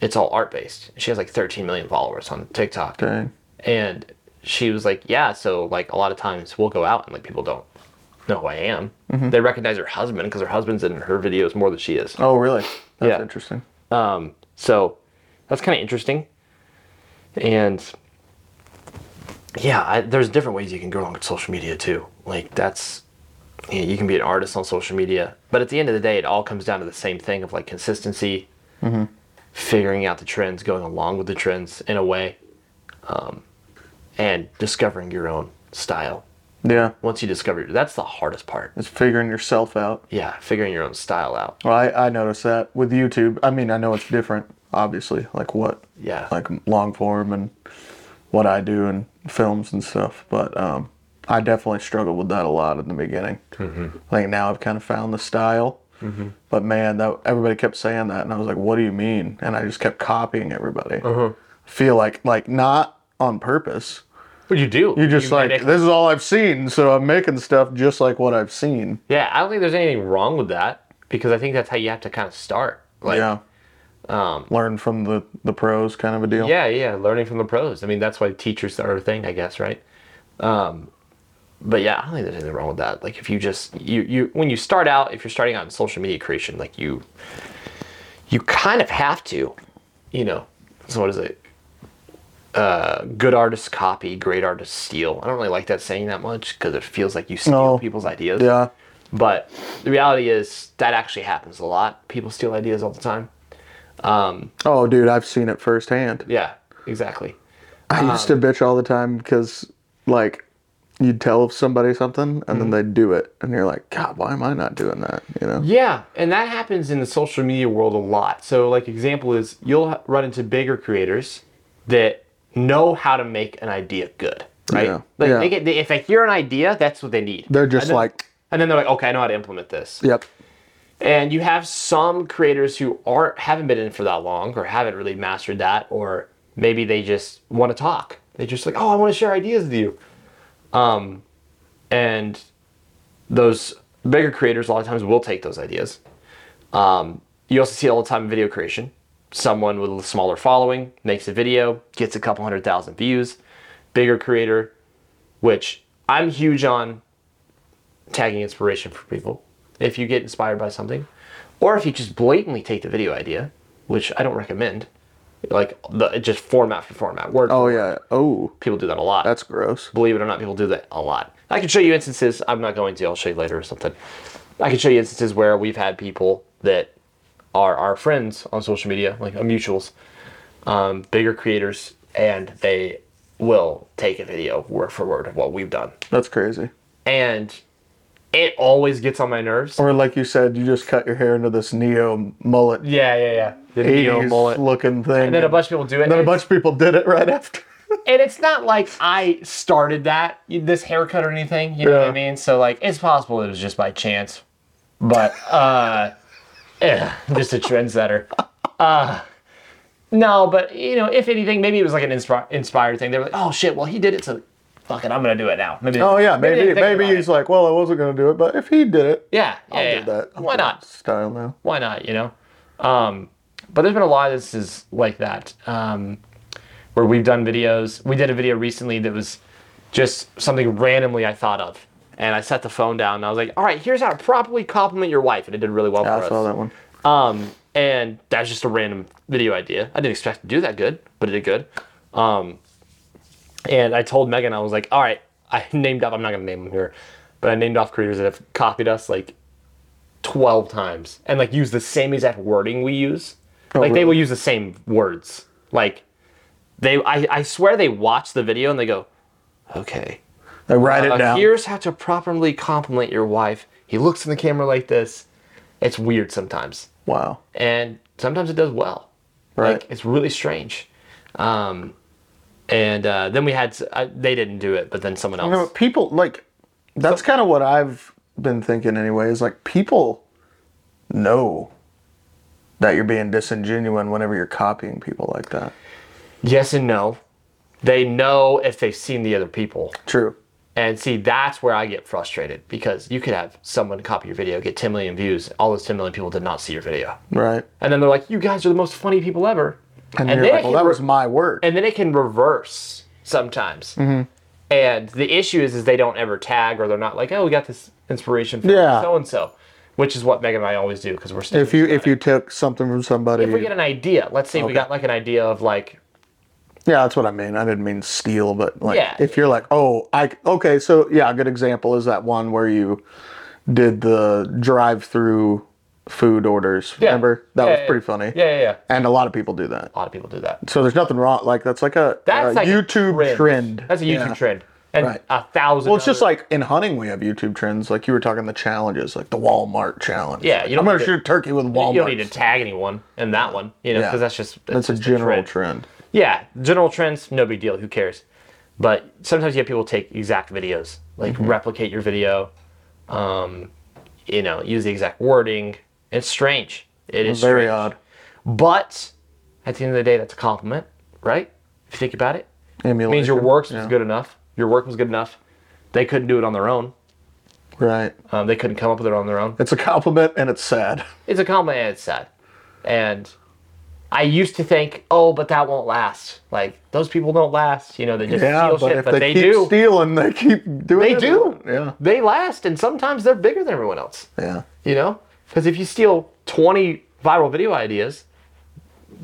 [SPEAKER 3] it's all art based. She has like 13 million followers on TikTok,
[SPEAKER 1] Dang.
[SPEAKER 3] and she was like, "Yeah." So like, a lot of times we'll go out and like people don't know who I am. They recognize her husband because her husband's in her videos more than she is.
[SPEAKER 1] Oh really? That's
[SPEAKER 3] Yeah.
[SPEAKER 1] interesting.
[SPEAKER 3] So that's kind of interesting. And yeah, I, there's different ways you can grow on social media too. Like that's you, know, you can be an artist on social media, but at the end of the day, it all comes down to the same thing of like consistency,
[SPEAKER 1] Mm-hmm.
[SPEAKER 3] figuring out the trends, going along with the trends in a way, um, and discovering your own style.
[SPEAKER 1] Yeah.
[SPEAKER 3] Once you discover, your- that's the hardest part.
[SPEAKER 1] It's figuring yourself out.
[SPEAKER 3] Yeah, figuring your own style out.
[SPEAKER 1] Well, I, I noticed that with YouTube. I mean, I know it's different, obviously, like what,
[SPEAKER 3] Yeah.
[SPEAKER 1] like long form and what I do and films and stuff. But um, I definitely struggled with that a lot in the beginning.
[SPEAKER 3] Mm-hmm.
[SPEAKER 1] I think now I've kind of found the style. But man, that everybody kept saying that, and I was like, "What do you mean?" And I just kept copying everybody.
[SPEAKER 3] Uh-huh.
[SPEAKER 1] Feel like like not on purpose.
[SPEAKER 3] What you do?
[SPEAKER 1] You're just like, "This is all I've seen," so I'm making stuff just like what I've seen.
[SPEAKER 3] Yeah, I don't think there's anything wrong with that because I think that's how you have to kind of start. Like,
[SPEAKER 1] yeah. Um, Learn from the the pros, kind of a deal.
[SPEAKER 3] yeah, yeah, learning from the pros. I mean, that's why teachers are a thing, I guess, right? Um, but yeah, I don't think there's anything wrong with that. Like, if you just you you when you start out, if you're starting out in social media creation, like you you kind of have to, you know. So what is it? uh, good artists copy, great artists steal. I don't really like that saying that much because it feels like you steal
[SPEAKER 1] No.
[SPEAKER 3] people's ideas.
[SPEAKER 1] Yeah.
[SPEAKER 3] But the reality is that actually happens a lot. People steal ideas all the time.
[SPEAKER 1] Oh, dude, I've seen it firsthand.
[SPEAKER 3] Yeah, Um, exactly.
[SPEAKER 1] I used to bitch all the time because, like, you'd tell somebody something and then they'd do it, and you're like, God, why am I not doing that? You know?
[SPEAKER 3] Mm-hmm. Yeah, and that happens in the social media world a lot. So, like, example is you'll h- run into bigger creators that know how to make an idea good, right?
[SPEAKER 1] Yeah,
[SPEAKER 3] Like,
[SPEAKER 1] yeah.
[SPEAKER 3] They get, they, if they hear an idea, that's what they need.
[SPEAKER 1] They're just
[SPEAKER 3] And then-
[SPEAKER 1] like,
[SPEAKER 3] and then they're like, okay, I know how to implement this.
[SPEAKER 1] Yep.
[SPEAKER 3] And you have some creators who aren't haven't been in for that long or haven't really mastered that, or maybe they just want to talk. They just like, oh, I want to share ideas with you. Um, and those bigger creators a lot of times will take those ideas. Um, you also see it all the time in video creation. Someone with a smaller following makes a video, gets a couple hundred thousand views. Bigger creator, which I'm huge on tagging inspiration for people. If you get inspired by something, or if you just blatantly take the video idea, which I don't recommend, like the just format for format, word.
[SPEAKER 1] Oh, yeah. Oh,
[SPEAKER 3] people do that a lot.
[SPEAKER 1] that's gross.
[SPEAKER 3] Believe it or not, people do that a lot. I can show you instances. I'm not going to. I'll show you later or something. I can show you instances where we've had people that are our friends on social media, like uh, mutuals, um, bigger creators, and they will take a video word for word of what we've done,
[SPEAKER 1] That's crazy.
[SPEAKER 3] and it always gets on my nerves.
[SPEAKER 1] Or, like you said, you just cut your hair into this neo mullet,
[SPEAKER 3] Yeah, yeah, yeah. The
[SPEAKER 1] 80s
[SPEAKER 3] neo mullet.
[SPEAKER 1] looking thing.
[SPEAKER 3] And then a bunch of people do it.
[SPEAKER 1] and then a
[SPEAKER 3] and
[SPEAKER 1] bunch of people did it right after.
[SPEAKER 3] and it's not like I started that this haircut or anything. You know what I
[SPEAKER 1] Yeah.
[SPEAKER 3] mean? So like, it's possible it was just by chance, but uh, eh, just a trendsetter. Uh, no, but you know, if anything, maybe it was like an inspi- inspired thing. They were like, oh shit, well he did it, so fuck it, I'm gonna do it now. Maybe.
[SPEAKER 1] Oh, yeah.
[SPEAKER 3] they
[SPEAKER 1] Maybe
[SPEAKER 3] didn't think
[SPEAKER 1] maybe
[SPEAKER 3] about
[SPEAKER 1] he's
[SPEAKER 3] it.
[SPEAKER 1] like, well, I wasn't going to do it, but if he did it,
[SPEAKER 3] yeah, yeah,
[SPEAKER 1] I'll
[SPEAKER 3] yeah.
[SPEAKER 1] do that. I'll
[SPEAKER 3] Why
[SPEAKER 1] do that
[SPEAKER 3] not?
[SPEAKER 1] Style now.
[SPEAKER 3] why not you know um, but there's been a lot of instances like that um, where we've done videos we did a video recently that was just something randomly i thought of and i set the phone down and i was like all right here's how to properly compliment your wife and it did really well
[SPEAKER 1] Yeah,
[SPEAKER 3] for
[SPEAKER 1] I saw
[SPEAKER 3] us
[SPEAKER 1] that one.
[SPEAKER 3] um, and that was just a random video idea i didn't expect to do that good but it did good um, and i told megan i was like all right i named off i'm not going to name them here but i named off creators that have copied us like 12 times and like use the same exact wording we use. like
[SPEAKER 1] Oh,
[SPEAKER 3] they
[SPEAKER 1] really?
[SPEAKER 3] will use the same words. Like they I, I swear they watch the video and they go, "Okay.
[SPEAKER 1] I write it
[SPEAKER 3] uh,
[SPEAKER 1] down.
[SPEAKER 3] here's how to properly compliment your wife. He looks in the camera like this." It's weird sometimes.
[SPEAKER 1] Wow.
[SPEAKER 3] And sometimes it does well.
[SPEAKER 1] Right.
[SPEAKER 3] Like it's really strange. Um and uh, then we had s- I, they didn't do it, but then someone else.
[SPEAKER 1] You know, people like that's kind of what I've been thinking anyway. Is like people know that you're being disingenuous whenever you're copying people like that.
[SPEAKER 3] Yes and no. They know if they've seen the other people.
[SPEAKER 1] True.
[SPEAKER 3] And see, that's where I get frustrated because you could have someone copy your video, get 10 million views. All those 10 million people did not see your video.
[SPEAKER 1] Right.
[SPEAKER 3] And then they're like, you guys are the most funny people ever.
[SPEAKER 1] And,
[SPEAKER 3] And,
[SPEAKER 1] you're
[SPEAKER 3] then,
[SPEAKER 1] like,
[SPEAKER 3] it
[SPEAKER 1] well,
[SPEAKER 3] can
[SPEAKER 1] that
[SPEAKER 3] re-
[SPEAKER 1] was my work.
[SPEAKER 3] and then it can reverse sometimes.
[SPEAKER 1] Mm-hmm.
[SPEAKER 3] And the issue is, is they don't ever tag or they're not like, oh, we got this inspiration from
[SPEAKER 1] Yeah.
[SPEAKER 3] so and so, which is what Megan and I always do because we're still.
[SPEAKER 1] if you if you took something from somebody,
[SPEAKER 3] if we get an idea, let's say we got like an idea of like,
[SPEAKER 1] yeah, that's what I mean. I didn't mean steal, but like
[SPEAKER 3] Yeah.
[SPEAKER 1] if you're like, oh, I okay, so yeah, a good example is that one where you did the drive-through food orders.
[SPEAKER 3] yeah,
[SPEAKER 1] Remember that
[SPEAKER 3] yeah,
[SPEAKER 1] was
[SPEAKER 3] yeah,
[SPEAKER 1] pretty funny.
[SPEAKER 3] Yeah, yeah, yeah.
[SPEAKER 1] And a lot of people do that.
[SPEAKER 3] A lot of people do that.
[SPEAKER 1] So there's nothing wrong. Like that's like a, a
[SPEAKER 3] That's like a
[SPEAKER 1] Uh, YouTube
[SPEAKER 3] trend.
[SPEAKER 1] trend.
[SPEAKER 3] That's a YouTube
[SPEAKER 1] Yeah.
[SPEAKER 3] trend. And
[SPEAKER 1] Right.
[SPEAKER 3] a thousand.
[SPEAKER 1] Well, it's just
[SPEAKER 3] other-
[SPEAKER 1] like in hunting, we have YouTube trends. Like you were talking the challenges, like the Walmart challenge.
[SPEAKER 3] Yeah, you
[SPEAKER 1] you I'm
[SPEAKER 3] don't
[SPEAKER 1] gonna
[SPEAKER 3] need to-
[SPEAKER 1] shoot a turkey with Walmart.
[SPEAKER 3] you don't need to tag anyone in that one, you know,
[SPEAKER 1] Yeah.
[SPEAKER 3] because that's just
[SPEAKER 1] that's a
[SPEAKER 3] just
[SPEAKER 1] general trend.
[SPEAKER 3] Yeah, general trends, no big deal. Who cares? But sometimes you have people take exact videos, like
[SPEAKER 1] Mm-hmm.
[SPEAKER 3] replicate your video, um, you know, use the exact wording. It's strange. It is
[SPEAKER 1] Very
[SPEAKER 3] strange.
[SPEAKER 1] odd.
[SPEAKER 3] But at the end of the day, that's a compliment, right? If you think about it, it means your
[SPEAKER 1] Emulation,
[SPEAKER 3] work was
[SPEAKER 1] yeah.
[SPEAKER 3] good enough. Your work was good enough. They couldn't do it on their own.
[SPEAKER 1] Right.
[SPEAKER 3] Um, they couldn't come up with it on their own.
[SPEAKER 1] It's a compliment and it's sad.
[SPEAKER 3] it's a compliment and it's sad. And I used to think, oh, but that won't last. Like those people don't last. You know, they just
[SPEAKER 1] Yeah,
[SPEAKER 3] steal
[SPEAKER 1] but
[SPEAKER 3] shit,
[SPEAKER 1] if
[SPEAKER 3] but
[SPEAKER 1] they,
[SPEAKER 3] they,
[SPEAKER 1] keep
[SPEAKER 3] do.
[SPEAKER 1] stealing, they keep doing.
[SPEAKER 3] they
[SPEAKER 1] it.
[SPEAKER 3] do.
[SPEAKER 1] Yeah.
[SPEAKER 3] They last, and sometimes they're bigger than everyone else.
[SPEAKER 1] Yeah.
[SPEAKER 3] You know, because if you steal twenty viral video ideas,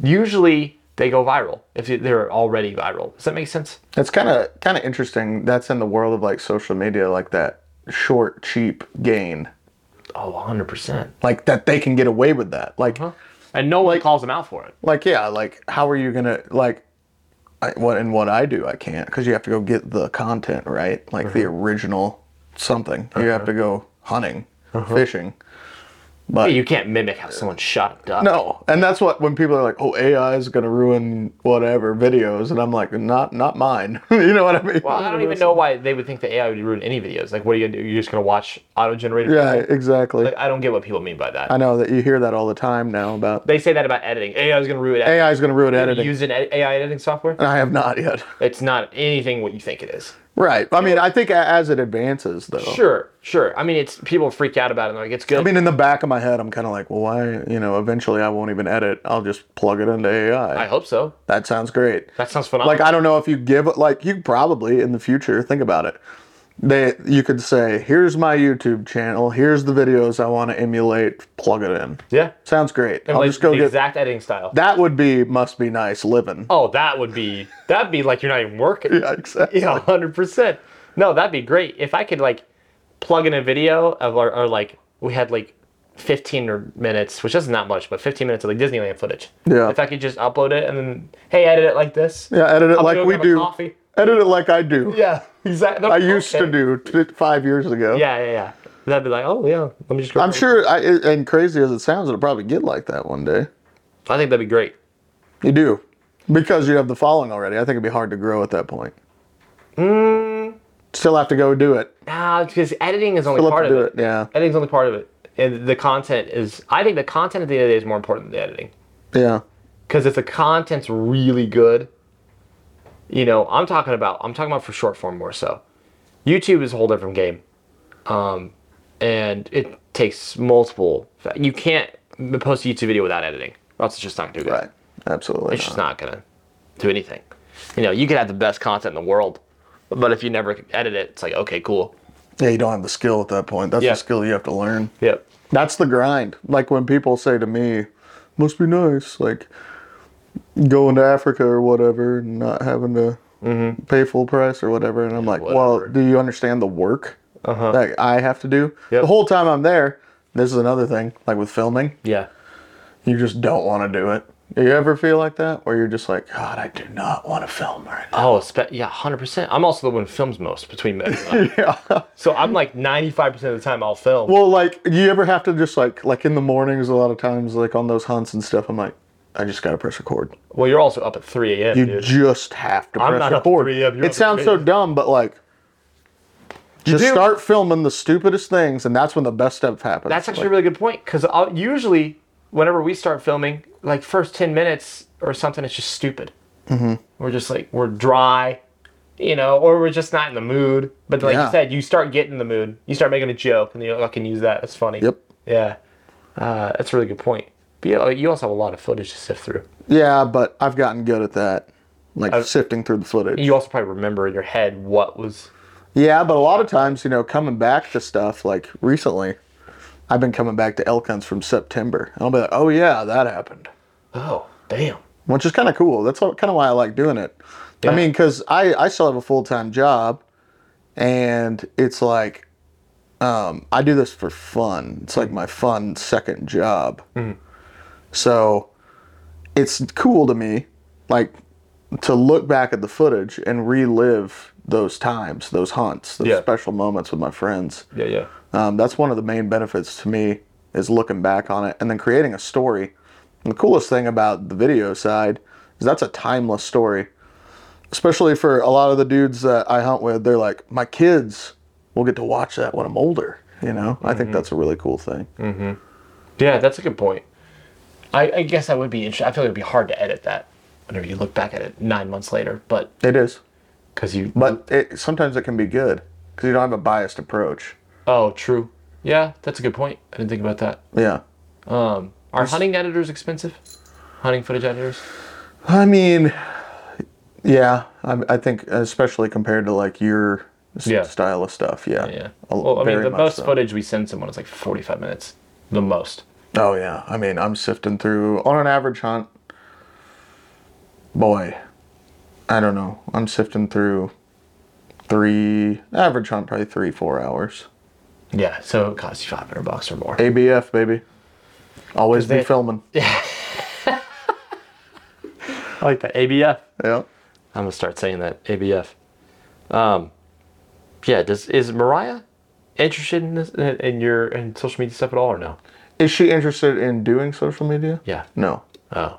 [SPEAKER 3] usually they go viral if they're already viral. Does that make sense?
[SPEAKER 1] It's kind of kind of interesting. That's in the world of like social media, like that short, cheap gain,
[SPEAKER 3] Oh, 100%.
[SPEAKER 1] like that they can get away with that. Like,
[SPEAKER 3] Uh-huh. And no one calls them out for it.
[SPEAKER 1] like yeah, like how are you gonna like? I, what and what I do, I can't because you have to go get the content right, like the
[SPEAKER 3] Uh-huh.
[SPEAKER 1] original something. You have to go hunting,
[SPEAKER 3] Uh-huh.
[SPEAKER 1] fishing. But
[SPEAKER 3] You can't mimic how someone shot a duck.
[SPEAKER 1] No, and that's what when people are like, "Oh, AI is gonna ruin whatever videos," and I'm like, "Not, not mine." you know what I mean?
[SPEAKER 3] Well, I don't even know why they would think that AI would ruin any videos. Like, what are you gonna do? You're just gonna watch auto-generated.
[SPEAKER 1] Yeah, exactly.
[SPEAKER 3] Like, I don't get what people mean by that.
[SPEAKER 1] I know that you hear that all the time now about
[SPEAKER 3] they say that about editing. AI is gonna ruin editing.
[SPEAKER 1] AI is gonna ruin
[SPEAKER 3] You
[SPEAKER 1] editing.
[SPEAKER 3] Use an ed- AI editing software.
[SPEAKER 1] and I have not yet.
[SPEAKER 3] It's not anything what you think it is.
[SPEAKER 1] Right. I mean, I think a- as it advances, though.
[SPEAKER 3] Sure, sure. I mean, it's people freak out about it. And they're like, it's good.
[SPEAKER 1] Oh. I mean, in the back of my head, I'm kind of like, well, why? You know, eventually I won't even edit. I'll just plug it into AI.
[SPEAKER 3] I hope so.
[SPEAKER 1] that sounds great.
[SPEAKER 3] That sounds phenomenal.
[SPEAKER 1] like I don't know if you give like you probably in the future think about it. They you could say here's my YouTube channel, here's the videos I want to emulate, plug it in.
[SPEAKER 3] yeah.
[SPEAKER 1] Sounds great. I'll
[SPEAKER 3] Like,
[SPEAKER 1] just go
[SPEAKER 3] the
[SPEAKER 1] get
[SPEAKER 3] exact editing style.
[SPEAKER 1] that would be must be nice living.
[SPEAKER 3] oh, that would be that'd be like you're not even working.
[SPEAKER 1] Yeah, exactly.
[SPEAKER 3] Yeah, hundred percent. No, that'd be great if I could like plug in a video of our or like we had like fifteen or minutes, which isn't that much, but fifteen minutes of like Disneyland footage.
[SPEAKER 1] Yeah.
[SPEAKER 3] If I could just upload it and then hey, edit it like this.
[SPEAKER 1] Yeah, edit it
[SPEAKER 3] I'll
[SPEAKER 1] like
[SPEAKER 3] go
[SPEAKER 1] we
[SPEAKER 3] grab a
[SPEAKER 1] do.
[SPEAKER 3] coffee.
[SPEAKER 1] Edit it like I do.
[SPEAKER 3] Yeah, exactly.
[SPEAKER 1] I used to do t- five years ago.
[SPEAKER 3] Yeah, yeah, yeah. That'd be like, oh yeah, let me just. Go
[SPEAKER 1] I'm sure. I, it- and crazy as it sounds, it'll probably get like that one day.
[SPEAKER 3] I think that'd be great.
[SPEAKER 1] You do, because you have the following already. I think it'd be hard to grow at that point.
[SPEAKER 3] Mm.
[SPEAKER 1] Still have to go do it.
[SPEAKER 3] Nah, because editing is only
[SPEAKER 1] Still have
[SPEAKER 3] part
[SPEAKER 1] to
[SPEAKER 3] of
[SPEAKER 1] do
[SPEAKER 3] it.
[SPEAKER 1] it. Yeah.
[SPEAKER 3] Editing's only part of it, and the content is. I think the content at the end of the day is more important than the editing.
[SPEAKER 1] Yeah.
[SPEAKER 3] because if the content's really good, you know, I'm talking about I'm talking about for short form more so. YouTube is a whole different game, um, and it takes multiple. You can't post a YouTube video without editing. Or else it's just not gonna do good.
[SPEAKER 1] Right. Absolutely.
[SPEAKER 3] It's
[SPEAKER 1] not.
[SPEAKER 3] just not gonna do anything. You know, you could have the best content in the world, but if you never edit it, it's like okay, cool.
[SPEAKER 1] Yeah, you don't have the skill at that point. That's
[SPEAKER 3] Yeah.
[SPEAKER 1] the skill you have to learn.
[SPEAKER 3] Yep.
[SPEAKER 1] That's the grind. Like when people say to me, must be nice, like going to Africa or whatever and not having to
[SPEAKER 3] Mm-hmm.
[SPEAKER 1] pay full price or whatever. And I'm like, well, do you understand the work that I have to do?
[SPEAKER 3] Uh-huh. Yep.
[SPEAKER 1] The whole time I'm there, this is another thing, like with filming,
[SPEAKER 3] Yeah.
[SPEAKER 1] you just don't want to do it. Do you ever feel like that? Where you're just like, God, I do not want to film right now.
[SPEAKER 3] Oh, spe- yeah, hundred percent. I'm also the one who films most between men. So I'm like ninety-five percent of the time I'll film.
[SPEAKER 1] Well, like you ever have to just like like in the mornings a lot of times like on those hunts and stuff. I'm like, I just gotta press record.
[SPEAKER 3] Well, you're also up at 3 a.m.,
[SPEAKER 1] You
[SPEAKER 3] dude.
[SPEAKER 1] just have to
[SPEAKER 3] I'm
[SPEAKER 1] press
[SPEAKER 3] not up
[SPEAKER 1] record.
[SPEAKER 3] three of you up
[SPEAKER 1] it sounds
[SPEAKER 3] at
[SPEAKER 1] so
[SPEAKER 3] me.
[SPEAKER 1] dumb, but like, just
[SPEAKER 3] do.
[SPEAKER 1] start filming the stupidest things, and that's when the best stuff happens.
[SPEAKER 3] That's actually
[SPEAKER 1] Like,
[SPEAKER 3] a really good point because usually, whenever we start filming, like first 10 minutes or something, it's just stupid.
[SPEAKER 1] Mm-hmm.
[SPEAKER 3] We're just like, we're dry, you know, or we're just not in the mood. But like
[SPEAKER 1] Yeah.
[SPEAKER 3] you said, you start getting in the mood, you start making a joke, and you're like, I can use that. That's funny.
[SPEAKER 1] Yep.
[SPEAKER 3] Yeah. Uh, that's a really good point. But yeah, like, you also have a lot of footage to sift through.
[SPEAKER 1] yeah, but I've gotten good at that, like sifting through the footage.
[SPEAKER 3] You also probably remember in your head what was.
[SPEAKER 1] Yeah, but a lot of times, you know, coming back to stuff like recently, I've been coming back to elk hunts from September, and I'll be like, oh yeah, that happened.
[SPEAKER 3] Oh, damn.
[SPEAKER 1] which is kind of cool. That's kind of why I like doing it.
[SPEAKER 3] Yeah.
[SPEAKER 1] I mean, because I, I still have a full time job, and it's like um, I do this for fun. It's
[SPEAKER 3] Mm.
[SPEAKER 1] like my fun second job. So it's cool to me, like to look back at the footage and relive those times, those hunts, those
[SPEAKER 3] Yeah.
[SPEAKER 1] special moments with my friends.
[SPEAKER 3] Yeah, yeah.
[SPEAKER 1] Um, that's one of the main benefits to me is looking back on it and then creating a story. And the coolest thing about the video side is that's a timeless story. Especially for a lot of the dudes that I hunt with, they're like, my kids will get to watch that when I'm older. You know, I
[SPEAKER 3] Mm-hmm.
[SPEAKER 1] think that's a really cool thing.
[SPEAKER 3] Yeah, that's a good point. I, I guess that would be interesting. I feel like it would be hard to edit that whenever you look back at it nine months later, but
[SPEAKER 1] It is,
[SPEAKER 3] because you.
[SPEAKER 1] but it, sometimes it can be good because you don't have a biased approach.
[SPEAKER 3] oh, true. Yeah, that's a good point. I didn't think about that.
[SPEAKER 1] Yeah,
[SPEAKER 3] Um, are hunting editors expensive? Hunting footage editors?
[SPEAKER 1] I mean, yeah, I, I think especially compared to like your s-
[SPEAKER 3] Yeah.
[SPEAKER 1] style of stuff. Yeah,
[SPEAKER 3] Yeah.
[SPEAKER 1] A-
[SPEAKER 3] Well, I mean,
[SPEAKER 1] very
[SPEAKER 3] the
[SPEAKER 1] much
[SPEAKER 3] most
[SPEAKER 1] so.
[SPEAKER 3] footage we send someone is like 45 minutes. The most.
[SPEAKER 1] Oh yeah, I mean, I'm sifting through on an average hunt. boy, I don't know. I'm sifting through three, average on probably three, four hours.
[SPEAKER 2] Yeah, so it costs you 500 bucks or more.
[SPEAKER 1] ABF, baby. Always be
[SPEAKER 2] they-
[SPEAKER 1] filming. Yeah.
[SPEAKER 3] I like that. ABF.
[SPEAKER 1] yeah.
[SPEAKER 3] I'm gonna start saying that. ABF. Um, yeah. Does is Mariah interested in this in, in your in social media stuff at all or no?
[SPEAKER 1] Is she interested in doing social media?
[SPEAKER 3] Yeah.
[SPEAKER 1] No.
[SPEAKER 3] Oh.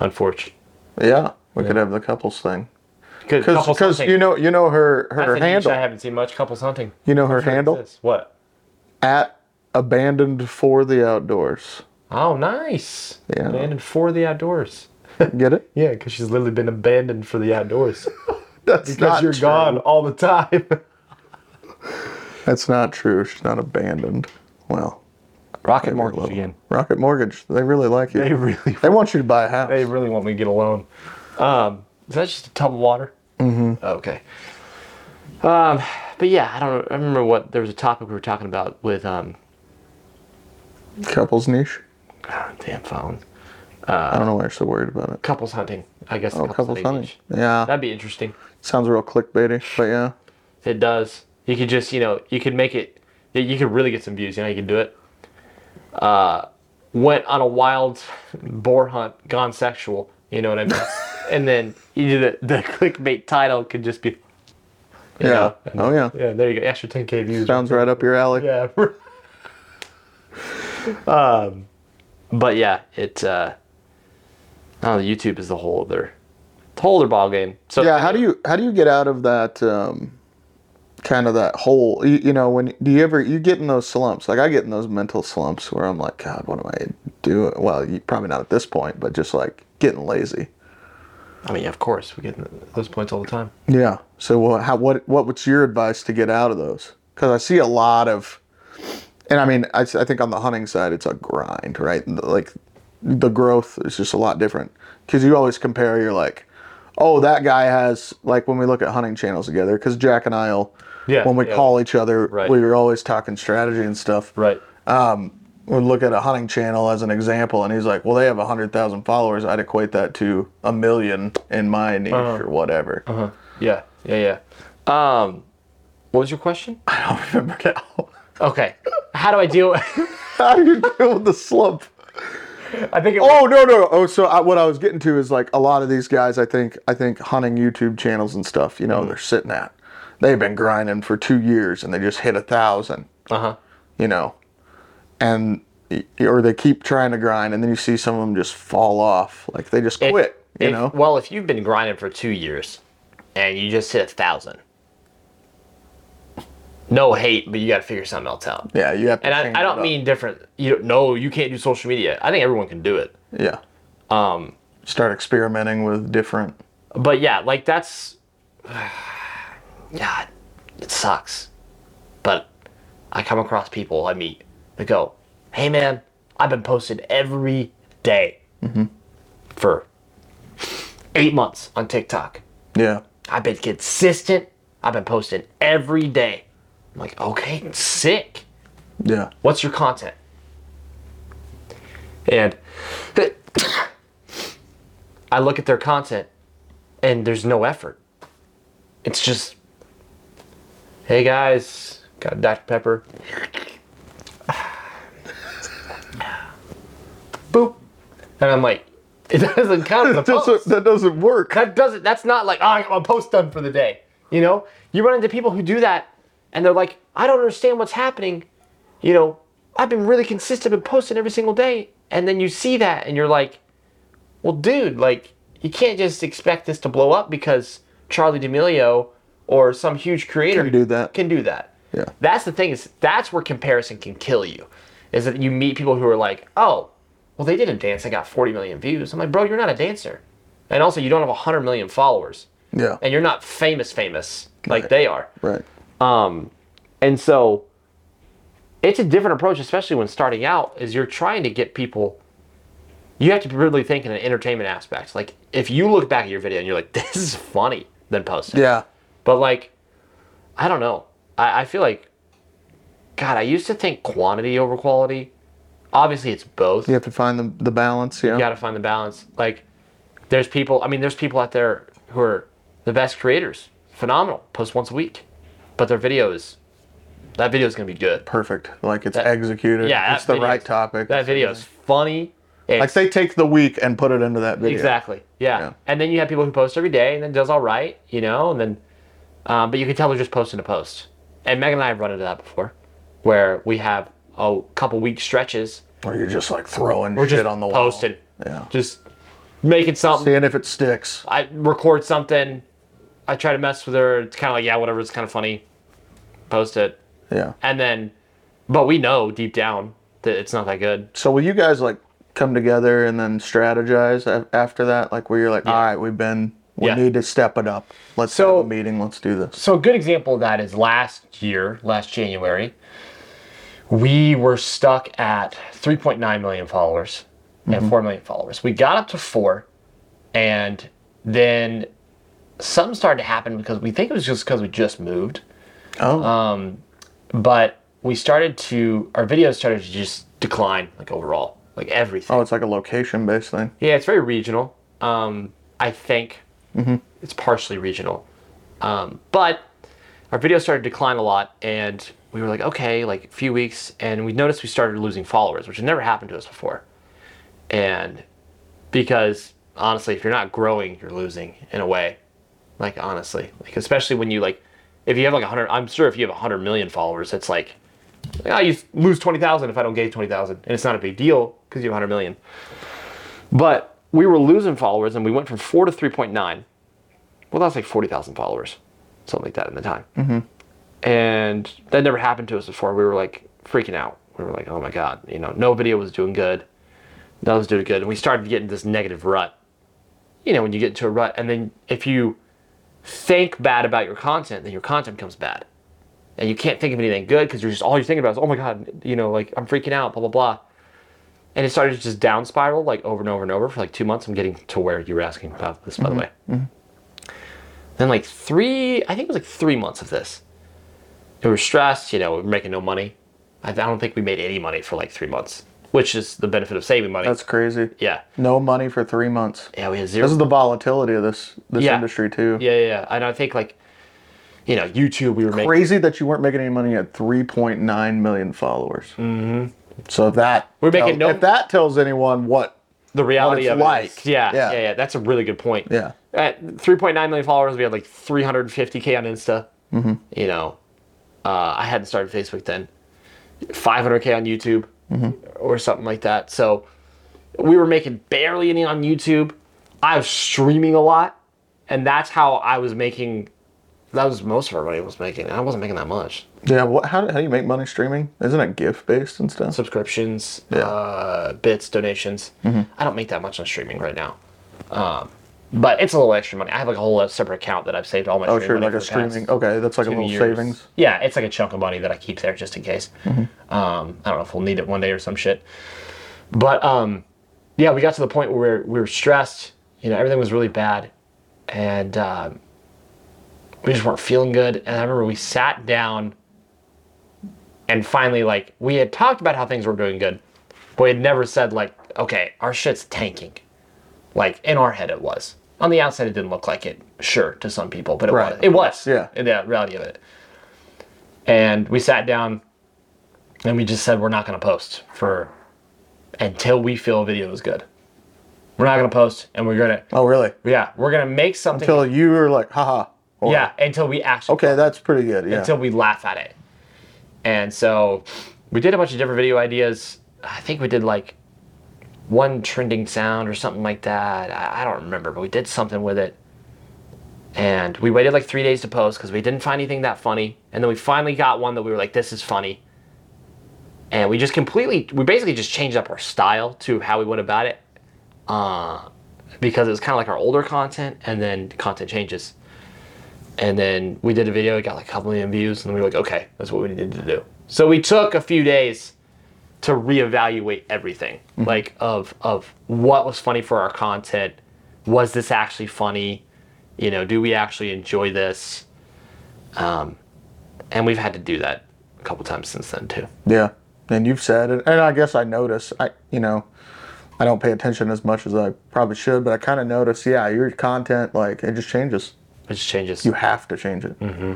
[SPEAKER 3] Unfortunate.
[SPEAKER 1] Yeah. We could have the couples thing.
[SPEAKER 2] Good. Couples
[SPEAKER 1] Because
[SPEAKER 2] hunting.
[SPEAKER 1] you know you know her
[SPEAKER 2] That's
[SPEAKER 1] her
[SPEAKER 2] a niche
[SPEAKER 1] handle.
[SPEAKER 2] I haven't seen much. Couples hunting.
[SPEAKER 1] You know her handle
[SPEAKER 2] This. What?
[SPEAKER 1] at abandoned for the outdoors.
[SPEAKER 2] Oh, nice.
[SPEAKER 1] Yeah.
[SPEAKER 2] Abandoned for the outdoors.
[SPEAKER 1] Get it?
[SPEAKER 2] Yeah, because she's literally been abandoned for the outdoors.
[SPEAKER 1] That's
[SPEAKER 2] Because you're gone all the time.
[SPEAKER 1] That's not true. She's not abandoned. Well,
[SPEAKER 3] Rocket
[SPEAKER 1] your
[SPEAKER 3] mortgage
[SPEAKER 1] level.
[SPEAKER 3] again.
[SPEAKER 1] Rocket Mortgage. They really like you. They,
[SPEAKER 2] really,
[SPEAKER 1] want you to buy a house.
[SPEAKER 2] they really want me to get a loan.
[SPEAKER 3] Um, is that just a tub of water?
[SPEAKER 1] Mm-hmm.
[SPEAKER 3] Um,
[SPEAKER 2] Okay.
[SPEAKER 3] But yeah, I don't. I remember what there was a topic we were talking about with um,
[SPEAKER 1] Couples niche.
[SPEAKER 3] ah, damn phone.
[SPEAKER 1] I don't know why you're so worried about it.
[SPEAKER 3] Couples hunting. I guess.
[SPEAKER 1] Oh, couples hunting.
[SPEAKER 3] niche.
[SPEAKER 1] Yeah.
[SPEAKER 3] That'd be interesting.
[SPEAKER 1] Sounds real clickbaity, but yeah.
[SPEAKER 3] It does. You could just, you know, you could make it. you- You could really get some views. You know, how you could do it. Uh, went on a wild boar hunt, gone sexual. You know what I mean? and then you do the the clickbait title could just be.
[SPEAKER 1] Yeah.
[SPEAKER 3] you know,
[SPEAKER 1] Oh yeah.
[SPEAKER 2] Yeah, there you go. Extra 10K views.
[SPEAKER 1] Sounds right up your alley.
[SPEAKER 2] Yeah.
[SPEAKER 3] Um, But yeah, it. Uh, I don't know, YouTube is the whole other, the whole other ball game. So
[SPEAKER 1] Yeah, how do you how do you get out of that um, kind of that hole? You, you know, when do you ever you get in those slumps? Like I get in those mental slumps where I'm like, God, what am I doing? Well, you, probably not at this point, but just like getting lazy.
[SPEAKER 3] I mean, of course, we get in those points all the time.
[SPEAKER 1] Yeah. So what how, what what what's your advice to get out of those? Because I see a lot of, and I mean, I, s- I think on the hunting side it's a grind, right? The- Like the growth is just a lot different because you always compare. You're like, oh, that guy has like when we look at hunting channels together because Jack and I'll.
[SPEAKER 2] Yeah,
[SPEAKER 1] when we
[SPEAKER 2] yeah.
[SPEAKER 1] call each other,
[SPEAKER 3] Right.
[SPEAKER 1] we were always talking strategy and stuff.
[SPEAKER 3] Right.
[SPEAKER 1] Would look at a hunting channel as an example, and he's like, "Well, they have hundred thousand followers. I'd equate that to a million in my niche
[SPEAKER 2] Uh-huh.
[SPEAKER 1] or whatever."
[SPEAKER 3] Yeah. Yeah. Yeah. Um, what was your question?
[SPEAKER 1] I don't remember now.
[SPEAKER 3] Okay. How do I deal?
[SPEAKER 1] How do you deal with the slump?
[SPEAKER 2] I think it was.
[SPEAKER 1] Oh no no! Oh, so I, what I was getting to is like a lot of these guys. I think I think hunting YouTube channels and stuff. You know,
[SPEAKER 3] Mm-hmm.
[SPEAKER 1] they're sitting at. They've been grinding for two years and they just hit a thousand.
[SPEAKER 3] uh huh.
[SPEAKER 1] You know, and y- or they keep trying to grind and then you see some of them just fall off. Like they just
[SPEAKER 3] If-
[SPEAKER 1] quit. you
[SPEAKER 3] if-
[SPEAKER 1] know.
[SPEAKER 3] Well, if you've been grinding for two years and you just hit a thousand, no hate, but you got to figure something else out.
[SPEAKER 1] Yeah, you have to.
[SPEAKER 3] And
[SPEAKER 1] change
[SPEAKER 3] I, I
[SPEAKER 1] it
[SPEAKER 3] don't
[SPEAKER 1] up.
[SPEAKER 3] mean different. You don't, no, you can't do social media. I think everyone can do it.
[SPEAKER 1] Yeah. Um. Start experimenting with different.
[SPEAKER 3] But yeah, like that's, God, it sucks. But I come across people I meet that go, "Hey man, I've been posting every day for eight months on TikTok."
[SPEAKER 1] Yeah.
[SPEAKER 3] I've been consistent. I've been posting every day. I'm like, okay, sick.
[SPEAKER 1] Yeah.
[SPEAKER 3] What's your content? And I look at their content and there's no effort. It's just, hey guys, got a Dr. Pepper. Boop. And I'm like, it doesn't count as a
[SPEAKER 1] That doesn't,
[SPEAKER 3] post.
[SPEAKER 1] that doesn't work.
[SPEAKER 3] That doesn't. That's not like oh, I got my post done for the day. You know, you run into people who do that, and they're like, I don't understand what's happening. You know, I've been really consistent and posting every single day, and then you see that, and you're like, well, dude, like you can't just expect this to blow up because Charlie D'Amelio or some huge creator
[SPEAKER 1] Can do that.
[SPEAKER 3] Can do that.
[SPEAKER 1] Yeah.
[SPEAKER 3] That's the thing is that's where comparison can kill you, is that you meet people who are like, oh, well they did a dance that got 40 million views. I'm like, bro, you're not a dancer, and also you don't have 100 million followers,
[SPEAKER 1] Yeah.
[SPEAKER 3] and you're not famous famous like they are.
[SPEAKER 1] Right.
[SPEAKER 3] Um, And so it's a different approach, especially when starting out, is you're trying to get people you have to really think in an entertainment aspect. Like if you look back at your video and you're like, this is funny, then post it.
[SPEAKER 1] Yeah.
[SPEAKER 3] But like, I don't know. I, I feel like God, I used to think quantity over quality. Obviously it's both.
[SPEAKER 1] You have to find the, the balance. Yeah.
[SPEAKER 3] You gotta find the balance. Like There's people. I mean, there's people out there who are the best creators, phenomenal, post once a week, but their video is that video is gonna be good.
[SPEAKER 1] Perfect. Like it's executed.
[SPEAKER 3] Yeah,
[SPEAKER 1] it's the
[SPEAKER 3] that video
[SPEAKER 1] right
[SPEAKER 3] is-
[SPEAKER 1] topic.
[SPEAKER 3] That video is funny. It's-
[SPEAKER 1] Like they take the week and put it into that video.
[SPEAKER 3] Exactly. Yeah.
[SPEAKER 1] Yeah.
[SPEAKER 3] And then you have people who post every day and then does all right, you know, and then, um, but you can tell they're just posting a post. And Megan and I have run into that before where we have a couple week stretches.
[SPEAKER 1] Or you're just like throwing shit
[SPEAKER 3] just
[SPEAKER 1] on the wall.
[SPEAKER 3] posting.
[SPEAKER 1] Yeah.
[SPEAKER 3] Just making something.
[SPEAKER 1] Seeing if it sticks.
[SPEAKER 3] I record something. I try to mess with her. It's kind of like, yeah, whatever. It's kind of funny. Post it.
[SPEAKER 1] Yeah.
[SPEAKER 3] And then, but we know deep down that it's not that good.
[SPEAKER 1] So will you guys like come together and then strategize a- after that? Like where you're like, all right, we've been, we
[SPEAKER 3] Yeah.
[SPEAKER 1] need to step it up. Let's
[SPEAKER 2] So-
[SPEAKER 1] have a meeting. Let's do this.
[SPEAKER 3] So a good example of that is last year, last January, we were stuck at 3.9 million followers and 4 million followers. We got up to 4 and then something started to happen because we think it was just because we just moved, Um,
[SPEAKER 1] Oh,
[SPEAKER 3] but we started to our videos started to just decline like overall, like everything.
[SPEAKER 1] oh, it's like a location based thing.
[SPEAKER 3] Yeah, it's very regional. Um, I think it's partially regional, um, but our videos started to decline a lot, and we were like, okay, like a few weeks, and we noticed we started losing followers, which had never happened to us before, and because honestly, if you're not growing, you're losing in a way, like honestly, like especially when you like, if you have like a hundred, I'm sure if you have a hundred million followers, it's like. I you lose twenty thousand if I don't gain twenty thousand, and it's not a big deal because you have hundred million. But we were losing followers, and we went from four to three point nine. Well, that's like forty thousand followers, something like that in the time. And that never happened to us before. We were like freaking out. We were like, oh my god, you know, no video was doing good. None was doing good, and we started getting this negative rut. You know, when you get into a rut, and then if you think bad about your content, then your content becomes bad. And you can't think of anything good because you're just all you're thinking about is, oh my god, you know, like I'm freaking out, blah blah blah and it started to just down spiral like over and over and over for like two months. I'm getting to where you were asking about this, by the way. Then like three, I think it was like three months of this. We were stressed, you know, we were making no money. I, I don't think we made any money for like three months, which is the benefit of saving money.
[SPEAKER 1] That's crazy.
[SPEAKER 3] yeah,
[SPEAKER 1] No money for three months.
[SPEAKER 3] yeah, we had zero.
[SPEAKER 1] This is the volatility of this this
[SPEAKER 3] Yeah.
[SPEAKER 1] industry too.
[SPEAKER 3] yeah, yeah, yeah, and I think like, you know, YouTube we were making.
[SPEAKER 1] Crazy that you weren't making any money at 3.9 million followers. Mm-hmm. So that
[SPEAKER 3] We're making
[SPEAKER 1] tell-
[SPEAKER 3] no-
[SPEAKER 1] If that tells anyone what,
[SPEAKER 3] the reality
[SPEAKER 1] it's
[SPEAKER 3] of it
[SPEAKER 1] like.
[SPEAKER 3] is- yeah,
[SPEAKER 1] Yeah.
[SPEAKER 3] yeah, yeah, That's a really good point.
[SPEAKER 1] Yeah.
[SPEAKER 3] At 3.9 million followers, we had like 350k on Insta.
[SPEAKER 1] Mm-hmm.
[SPEAKER 3] You know, uh, I hadn't started Facebook then. 500k on YouTube
[SPEAKER 1] Mm-hmm.
[SPEAKER 3] or something like that. So we were making barely any on YouTube. I was streaming a lot, and that's how I was making. That was most of our money was making, and I wasn't making that much.
[SPEAKER 1] yeah, what, how, do- how do you make money streaming? Isn't it gift based and stuff?
[SPEAKER 3] subscriptions, uh, bits, donations.
[SPEAKER 1] Mm-hmm.
[SPEAKER 3] I don't make that much on streaming right now, um, but it's a little extra money. I have like a whole separate account that I've saved all my.
[SPEAKER 1] oh,
[SPEAKER 3] stream
[SPEAKER 1] sure,
[SPEAKER 3] money
[SPEAKER 1] like
[SPEAKER 3] for
[SPEAKER 1] a
[SPEAKER 3] the past
[SPEAKER 1] streaming. Okay, that's like a
[SPEAKER 3] two
[SPEAKER 1] little
[SPEAKER 3] years.
[SPEAKER 1] savings. Mm-hmm.
[SPEAKER 3] Yeah, it's like a chunk of money that I keep there just in case. Um, I don't know if we'll need it one day or some shit. But um, yeah, we got to the point where we were stressed. You know, everything was really bad, and um, we just weren't feeling good. And I remember we sat down, and finally, like we had talked about how things were doing good, but we had never said like, okay, our shit's tanking. Like in our head, it was. On the outside, it didn't look like it. Sure, to some people, but it
[SPEAKER 1] Right.
[SPEAKER 3] was. It was.
[SPEAKER 1] Yeah.
[SPEAKER 3] In the reality of it. And we sat down, and we just said we're not going to post for until we feel a video is good. We're not gonna post, and we're gonna
[SPEAKER 1] Oh, really?
[SPEAKER 3] yeah, we're gonna make something.
[SPEAKER 1] Until you were like, haha. Or,
[SPEAKER 3] yeah, until we actually
[SPEAKER 1] Okay, that's pretty good. Yeah.
[SPEAKER 3] until we laugh at it. And so we did a bunch of different video ideas. I think we did like one trending sound or something like that. I, I don't remember, but we did something with it. And we waited like three days to post because we didn't find anything that funny. And then we finally got one that we were like, this is funny. And we just completely, we basically just changed up our style to how we went about it. Uh, because it was kind of like our older content and then content changes. And then we did a video, it got like a couple million views, and we were like, okay, that's what we needed to do. So we took a few days to reevaluate everything, like of of what was funny for our content. Was this actually funny? You know, do we actually enjoy this? Um, and we've had to do that a couple times since then too.
[SPEAKER 1] yeah. And you've said it, and I guess I notice. I, you know, I don't pay attention as much as I probably should, but I kind of notice, yeah, your content, like, it just changes.
[SPEAKER 3] It just changes.
[SPEAKER 1] You have to change it.
[SPEAKER 3] Mm-hmm.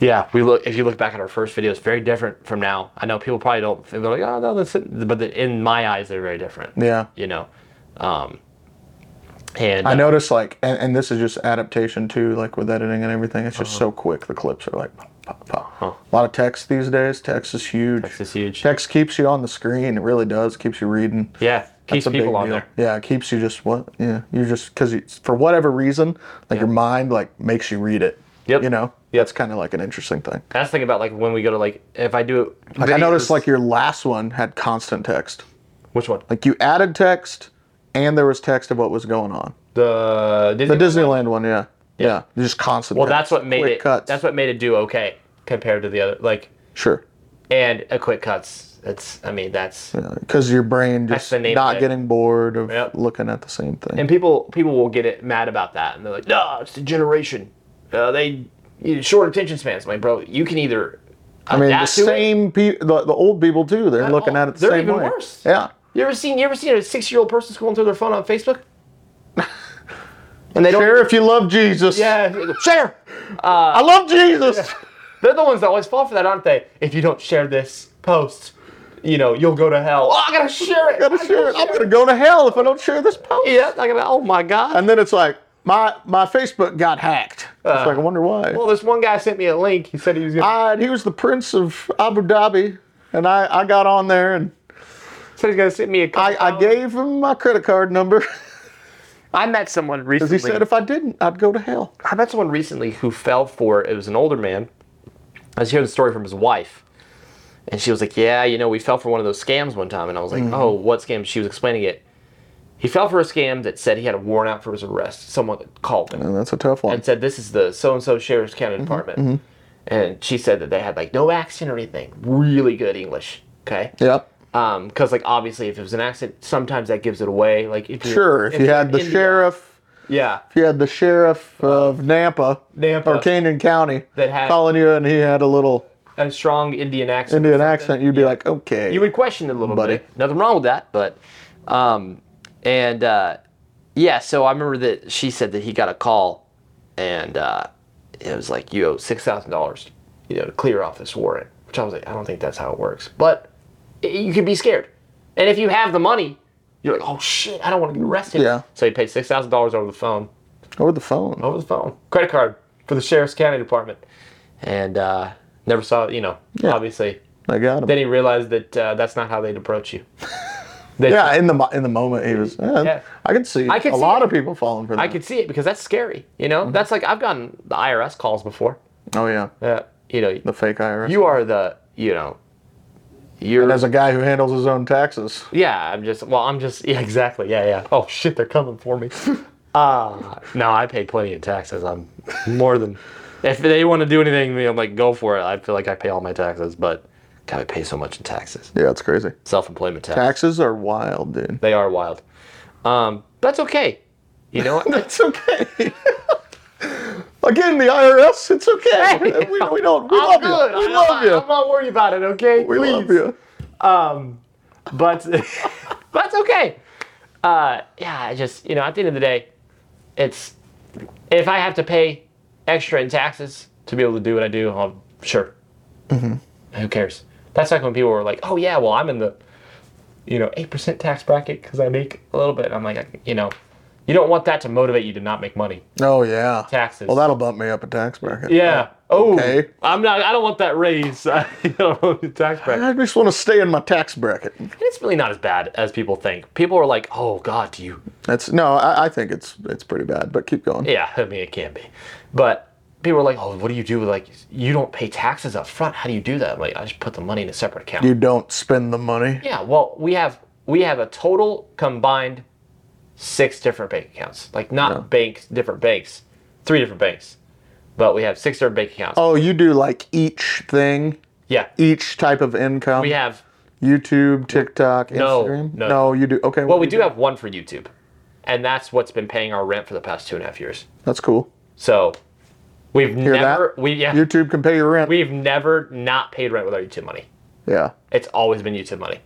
[SPEAKER 3] Yeah, we look. If you look back at our first videos, very different from now. I know people probably don't. They're like, oh no, that's it. but the, in my eyes, they're very different.
[SPEAKER 1] Yeah.
[SPEAKER 3] You know, um, and
[SPEAKER 1] I
[SPEAKER 3] uh,
[SPEAKER 1] notice, like, and, and this is just adaptation too, like with editing and everything. It's
[SPEAKER 3] Uh-huh.
[SPEAKER 1] just so quick. The clips are like, pop, pop, pop. a lot of text these days. Text is huge.
[SPEAKER 3] Text is huge.
[SPEAKER 1] Text keeps you on the screen. It really does. Keeps you reading.
[SPEAKER 3] yeah, keeps
[SPEAKER 1] That's a big
[SPEAKER 3] people on
[SPEAKER 1] deal.
[SPEAKER 3] there.
[SPEAKER 1] Yeah, it keeps you just what? Yeah, you're just because for whatever reason, like your mind like makes you read it.
[SPEAKER 3] Yep.
[SPEAKER 1] You know.
[SPEAKER 3] Yep.
[SPEAKER 1] That's kind of like an interesting thing.
[SPEAKER 3] That's the thing about like when we go to like if I do.
[SPEAKER 1] Like I noticed
[SPEAKER 3] videos-
[SPEAKER 1] like your last one had constant text.
[SPEAKER 3] which one
[SPEAKER 1] Like you added text, and there was text of what was going on.
[SPEAKER 3] the
[SPEAKER 1] The
[SPEAKER 3] Disney.
[SPEAKER 1] Disneyland one, yeah. Yeah, just constant.
[SPEAKER 3] well, that's what made it.
[SPEAKER 1] Cuts.
[SPEAKER 3] That's what made it do okay compared to the other like
[SPEAKER 1] sure.
[SPEAKER 3] and a quick cuts. It's I mean that's
[SPEAKER 1] because your brain just
[SPEAKER 3] the name
[SPEAKER 1] not
[SPEAKER 3] of it.
[SPEAKER 1] getting bored of
[SPEAKER 3] Yep.
[SPEAKER 1] looking at the same thing.
[SPEAKER 3] and people people will get it mad about that and they're like no it's the generation uh, they you, short attention spans I'm like bro you can either
[SPEAKER 1] I mean, the
[SPEAKER 3] adapt to it-
[SPEAKER 1] same people, the, the old people too. They're looking
[SPEAKER 3] all.
[SPEAKER 1] at it the
[SPEAKER 3] They're
[SPEAKER 1] same
[SPEAKER 3] even
[SPEAKER 1] way.
[SPEAKER 3] worse.
[SPEAKER 1] Yeah,
[SPEAKER 3] you ever seen you ever seen a six year old person scrolling through their phone on Facebook and they don't
[SPEAKER 1] share if you love Jesus.
[SPEAKER 3] yeah Uh,
[SPEAKER 1] share. I love Jesus.
[SPEAKER 3] they're the ones that always fall for that aren't they if you don't share this post you know you'll go to hell oh I gotta share it I
[SPEAKER 1] Gotta share it. I'm gonna go to hell if I don't share this post.
[SPEAKER 3] yeah I gotta, oh my god
[SPEAKER 1] And then it's like my my Facebook got hacked. it's like I wonder why.
[SPEAKER 3] Uh. well this one guy sent me a link he said he was gonna
[SPEAKER 1] I, he was the prince of Abu Dhabi, and I, I got on there and
[SPEAKER 3] said he's gonna send me a
[SPEAKER 1] I, I gave him my credit card number
[SPEAKER 3] I met someone recently
[SPEAKER 1] because he said if I didn't, I'd go to hell.
[SPEAKER 3] I met someone recently who fell for it. It was an older man. I was hearing the story from his wife, and she was like, "Yeah, you know, we fell for one of those scams one time." And I was
[SPEAKER 1] Mm-hmm.
[SPEAKER 3] like, "Oh, what scam?" She was explaining it. He fell for a scam that said he had a warrant out for his arrest. Someone called him
[SPEAKER 1] And that's a tough one.
[SPEAKER 3] and said, "This is the so and so sheriff's county
[SPEAKER 1] Mm-hmm,
[SPEAKER 3] department." And she said that they had like no accent or anything. Really good English. Okay.
[SPEAKER 1] Yep.
[SPEAKER 3] Um, because like obviously, if it was an accent, sometimes that gives it away. Like if you're,
[SPEAKER 1] Sure. If you
[SPEAKER 3] you're
[SPEAKER 1] had
[SPEAKER 3] in
[SPEAKER 1] the
[SPEAKER 3] India-
[SPEAKER 1] sheriff,
[SPEAKER 3] yeah,
[SPEAKER 1] if you had the sheriff of Nampa,
[SPEAKER 3] Nampa.
[SPEAKER 1] or Canyon County
[SPEAKER 3] That had-
[SPEAKER 1] calling you, and he had a little
[SPEAKER 3] a strong Indian accent.
[SPEAKER 1] Indian accent, you'd be like, okay.
[SPEAKER 3] you would question it a little
[SPEAKER 1] Buddy.
[SPEAKER 3] bit. Nothing wrong with that, but um, and uh, yeah, so I remember that she said that he got a call, and uh, it was like you owe six thousand dollars, you know, to clear off this warrant. Which I was like, I don't think that's how it works, but i- you could be scared, and if you have the money, you're like, oh shit, I don't want to get arrested.
[SPEAKER 1] Yeah.
[SPEAKER 3] So he paid six thousand dollars over the phone
[SPEAKER 1] over the phone.
[SPEAKER 3] over the phone, credit card for the sheriff's county department, and uh, never saw it. You know, obviously.
[SPEAKER 1] I got him.
[SPEAKER 3] Then he realized that uh, that's not how they'd approach you. That-
[SPEAKER 1] yeah, in the mo- in the moment, he was. eh,
[SPEAKER 3] Yeah.
[SPEAKER 1] I can see
[SPEAKER 3] I can
[SPEAKER 1] a
[SPEAKER 3] see
[SPEAKER 1] lot
[SPEAKER 3] it.
[SPEAKER 1] of people falling for that.
[SPEAKER 3] I could see it because that's scary. You
[SPEAKER 1] Mm-hmm.
[SPEAKER 3] know, that's like I've gotten the IRS calls before.
[SPEAKER 1] oh yeah,
[SPEAKER 3] Uh, you know,
[SPEAKER 1] the fake IRS.
[SPEAKER 3] you are the you know,
[SPEAKER 1] and
[SPEAKER 3] you're
[SPEAKER 1] as a guy who handles his own taxes,
[SPEAKER 3] yeah. I'm just well, I'm just yeah, exactly. Yeah, yeah. Oh shit, they're coming for me. uh no, I pay plenty in taxes. I'm more than if they want to do anything, to me, I'm like go for it. I feel like I pay all my taxes, but God, I pay so much in taxes,
[SPEAKER 1] yeah, it's crazy.
[SPEAKER 3] self-employment tax.
[SPEAKER 1] Taxes are wild, dude.
[SPEAKER 3] They are wild. Um, that's okay. You know,
[SPEAKER 1] It's okay. Again, the IRS, it's okay.
[SPEAKER 3] Hey,
[SPEAKER 1] we, we don't. We love
[SPEAKER 3] I'm good.
[SPEAKER 1] you. We
[SPEAKER 3] I'm
[SPEAKER 1] love
[SPEAKER 3] not-
[SPEAKER 1] you.
[SPEAKER 3] I'm not worried about it, okay?
[SPEAKER 1] we
[SPEAKER 3] Please. Um,
[SPEAKER 1] love you.
[SPEAKER 3] But that's okay. Uh, yeah, I just you know, at the end of the day, it's if I have to pay extra in taxes to be able to do what I do, I'm sure.
[SPEAKER 1] Mm-hmm.
[SPEAKER 3] Who cares? That's like when people were like, "Oh yeah, well I'm in the, you know, eight percent tax bracket because I make a little bit." I'm like, I- you know, you don't want that to motivate you to not make money.
[SPEAKER 1] Oh yeah.
[SPEAKER 3] Taxes.
[SPEAKER 1] Well, that'll bump me up a tax bracket.
[SPEAKER 3] Yeah. Oh,
[SPEAKER 1] Okay.
[SPEAKER 3] I'm not. I don't want that raise. I don't want the tax bracket.
[SPEAKER 1] I just want to stay in my tax bracket.
[SPEAKER 3] And it's really not as bad as people think. People are like, "Oh God, do you?"
[SPEAKER 1] That's no, I, I think it's it's pretty bad, but keep going.
[SPEAKER 3] Yeah, I mean it can be, but people are like, "Oh, what do you do? with, Like, you don't pay taxes up front. How do you do that?" I'm like, I just put the money in a separate account.
[SPEAKER 1] You don't spend the money.
[SPEAKER 3] yeah. Well, we have we have a total combined six different bank accounts. Like not banks, different banks, three different banks, but we have six different bank accounts.
[SPEAKER 1] Oh, you do like each thing,
[SPEAKER 3] Yeah.
[SPEAKER 1] each type of income.
[SPEAKER 3] We have
[SPEAKER 1] YouTube, TikTok,
[SPEAKER 3] No,
[SPEAKER 1] Instagram.
[SPEAKER 3] no.
[SPEAKER 1] you do. Okay.
[SPEAKER 3] Well, we do have one for YouTube, and that's what's been paying our rent for the past two and a half years.
[SPEAKER 1] That's cool.
[SPEAKER 3] So we've
[SPEAKER 1] that?
[SPEAKER 3] never we yeah
[SPEAKER 1] YouTube can pay your rent.
[SPEAKER 3] we've never not paid rent with our YouTube money.
[SPEAKER 1] yeah,
[SPEAKER 3] It's always been YouTube money.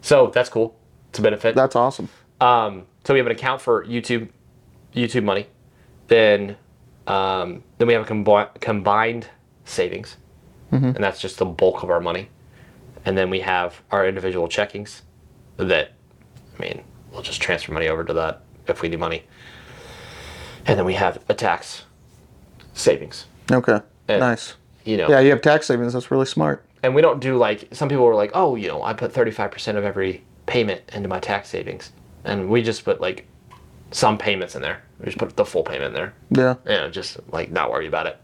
[SPEAKER 3] So that's cool. It's a benefit.
[SPEAKER 1] that's awesome.
[SPEAKER 3] Um, so we have an account for YouTube, YouTube money. Then, um, then we have a combi- combined savings, and that's just the bulk of our money. And then we have our individual checkings. That, I mean, we'll just transfer money over to that if we need money. And then we have a tax savings.
[SPEAKER 1] Okay.
[SPEAKER 3] Yeah.
[SPEAKER 1] Nice.
[SPEAKER 3] You know.
[SPEAKER 1] Yeah, you have tax savings. That's really smart.
[SPEAKER 3] and we don't do like some people were like, oh, you know, I put 35% of every payment into my tax savings, and we just put like some payments in there. We just put the full payment in there,
[SPEAKER 1] Yeah.
[SPEAKER 3] you know, just like not worry about it.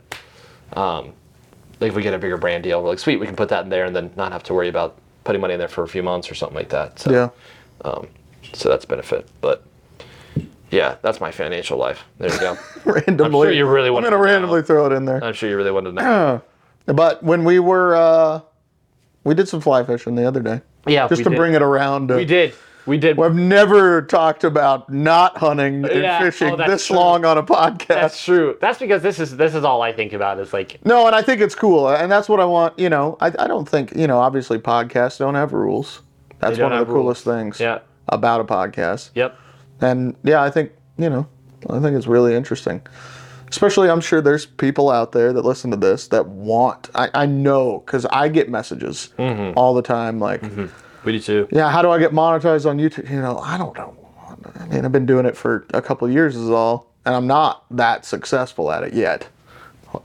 [SPEAKER 3] Um, like if we get a bigger brand deal, we're like, sweet, we can put that in there and then not have to worry about putting money in there for a few months or something like that. So,
[SPEAKER 1] Yeah.
[SPEAKER 3] so that's a benefit, but. Yeah, that's my financial life. There you go.
[SPEAKER 1] randomly.
[SPEAKER 3] you really
[SPEAKER 1] I'm
[SPEAKER 3] wanted
[SPEAKER 1] gonna
[SPEAKER 3] to know.
[SPEAKER 1] randomly throw it in there.
[SPEAKER 3] I'm sure you really wanted to know.
[SPEAKER 1] But when we were, uh, we did some fly fishing the other day.
[SPEAKER 3] Yeah,
[SPEAKER 1] Just
[SPEAKER 3] we
[SPEAKER 1] to
[SPEAKER 3] did.
[SPEAKER 1] bring it around. To,
[SPEAKER 3] We did. We did.
[SPEAKER 1] I've never talked about not hunting and
[SPEAKER 3] Yeah, oh,
[SPEAKER 1] fishing
[SPEAKER 3] that's
[SPEAKER 1] this
[SPEAKER 3] true.
[SPEAKER 1] long on a podcast.
[SPEAKER 3] That's true. That's because this is this is all I think about is like
[SPEAKER 1] no, and I think it's cool, and that's what I want. You know, I, I don't think you know. Obviously, podcasts don't have rules. That's
[SPEAKER 3] don't
[SPEAKER 1] one of the
[SPEAKER 3] have rules.
[SPEAKER 1] coolest things
[SPEAKER 3] Yeah.
[SPEAKER 1] about a podcast.
[SPEAKER 3] Yep.
[SPEAKER 1] And yeah, I think, you know, I think it's really interesting. Especially, I'm sure there's people out there that listen to this that want, I, I know, because I get messages all the time like,
[SPEAKER 3] We do too.
[SPEAKER 1] yeah, how do I get monetized on YouTube? You know, I don't know. I mean, I've been doing it for a couple of years, is all, and I'm not that successful at it yet.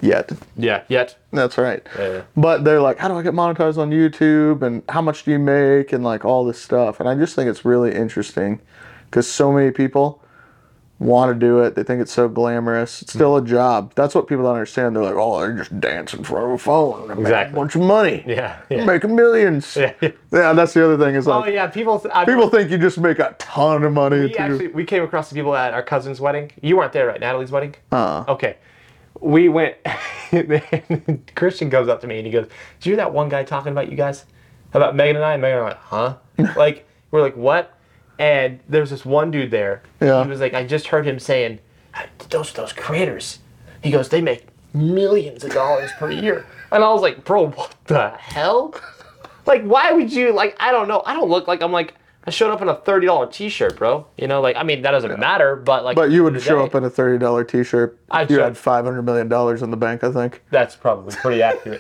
[SPEAKER 1] Yet.
[SPEAKER 3] Yeah. Yet.
[SPEAKER 1] That's right.
[SPEAKER 3] Yeah.
[SPEAKER 1] But they're like, how do I get monetized on YouTube? And how much do you make? And like all this stuff. And I just think it's really interesting because so many people want to do it. They think it's so glamorous. It's still a
[SPEAKER 3] Mm.
[SPEAKER 1] job. That's what people don't understand. They're like, oh, they're just dancing for a phone. and Make a
[SPEAKER 3] Exactly.
[SPEAKER 1] bunch of money.
[SPEAKER 3] Yeah.
[SPEAKER 1] Making millions. Yeah. that's the other thing is
[SPEAKER 3] Oh
[SPEAKER 1] like,
[SPEAKER 3] yeah. People. I,
[SPEAKER 1] people think you just make a ton of money.
[SPEAKER 3] We
[SPEAKER 1] too.
[SPEAKER 3] actually we came across the people at our cousin's wedding. You weren't there, right? Natalie's wedding.
[SPEAKER 1] Uh-uh.
[SPEAKER 3] Okay. We went. Christian comes up to me and he goes, "Did you hear that one guy talking about you guys, about Megan and I?" And Megan and I are like, "Huh?" like we're like, "What?" And there's this one dude there.
[SPEAKER 1] Yeah.
[SPEAKER 3] He was like, "I just heard him saying, those those creators." He goes, "They make millions of dollars per year," and I was like, "Bro, what the hell?" Like, why would you like? I don't know. I don't look like I'm like. I showed up in a thirty dollar T-shirt, bro. You know, like I mean, that doesn't matter, but like.
[SPEAKER 1] but you would
[SPEAKER 3] today-
[SPEAKER 1] show up in a $30 t shirt.
[SPEAKER 3] I'd
[SPEAKER 1] You
[SPEAKER 3] show-
[SPEAKER 1] had $500 million in the bank, I think.
[SPEAKER 3] That's probably pretty accurate.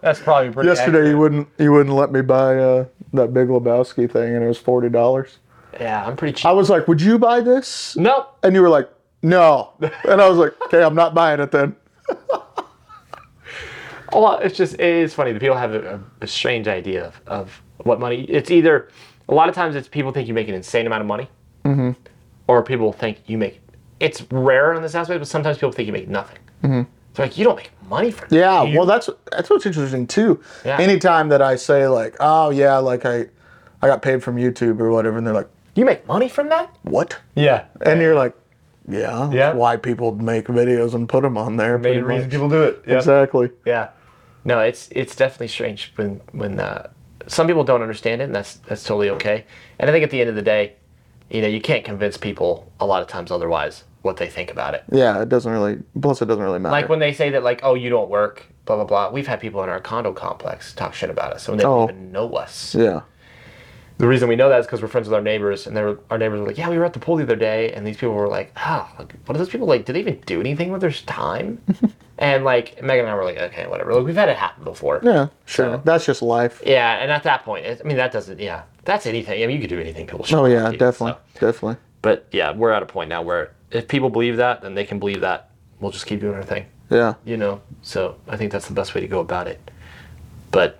[SPEAKER 3] That's probably pretty.
[SPEAKER 1] Yesterday you wouldn't you wouldn't let me buy uh, that Big Lebowski thing, and it was forty dollars.
[SPEAKER 3] accurate. Yeah, I'm pretty cheap.
[SPEAKER 1] I was like, "Would you buy this?"
[SPEAKER 3] nope.
[SPEAKER 1] And you were like, "No," and I was like, "Okay, I'm not buying it then."
[SPEAKER 3] Oh, Well, it's just it is funny that people have a, a strange idea of, of what money. It's either a lot of times it's people think you make an insane amount of money, mm-hmm. or people think you make. It's rare in this aspect, but sometimes people think you make nothing. Mm-hmm. They're like, you don't make money for that.
[SPEAKER 1] Yeah,
[SPEAKER 3] You-
[SPEAKER 1] well, that's that's what's interesting too.
[SPEAKER 3] Yeah.
[SPEAKER 1] Anytime that I say like, "Oh yeah," like I I got paid from YouTube or whatever, and they're like,
[SPEAKER 3] You make money from that?
[SPEAKER 1] "What?"
[SPEAKER 2] Yeah.
[SPEAKER 1] And you're like, "Yeah,
[SPEAKER 2] Yeah.
[SPEAKER 1] that's why people make videos and put them on there." pretty
[SPEAKER 2] Main reason
[SPEAKER 1] much."
[SPEAKER 2] people do it. Yeah.
[SPEAKER 1] Exactly.
[SPEAKER 3] Yeah. No, it's it's definitely strange when when uh, some people don't understand it, and that's that's totally okay. And I think at the end of the day, you know, you can't convince people a lot of times otherwise what they think about it.
[SPEAKER 1] Yeah, it doesn't really. Plus, it doesn't really matter.
[SPEAKER 3] Like when they say that, like, oh, you don't work, blah blah blah. We've had people in our condo complex talk shit about us, and they
[SPEAKER 1] Oh.
[SPEAKER 3] don't even know us.
[SPEAKER 1] yeah.
[SPEAKER 3] The reason we know that is because we're friends with our neighbors, and they were, our neighbors were like, yeah, we were at the pool the other day, and these people were like, ah, like, what are those people like? Do they even do anything with their time? and like Megan and I were like, okay, whatever. Like we've had it happen before.
[SPEAKER 1] Yeah. Sure.
[SPEAKER 3] So-
[SPEAKER 1] That's just life.
[SPEAKER 3] Yeah, and at that point, it, I mean, that doesn't. Yeah, that's anything. I mean, you could do anything. People. should
[SPEAKER 1] Oh yeah,
[SPEAKER 3] like you,
[SPEAKER 1] definitely,
[SPEAKER 3] so.
[SPEAKER 1] definitely.
[SPEAKER 3] But yeah, we're at a point now where if people believe that, then they can believe that. We'll just keep doing our thing,
[SPEAKER 1] Yeah.
[SPEAKER 3] you know. So I think that's the best way to go about it. But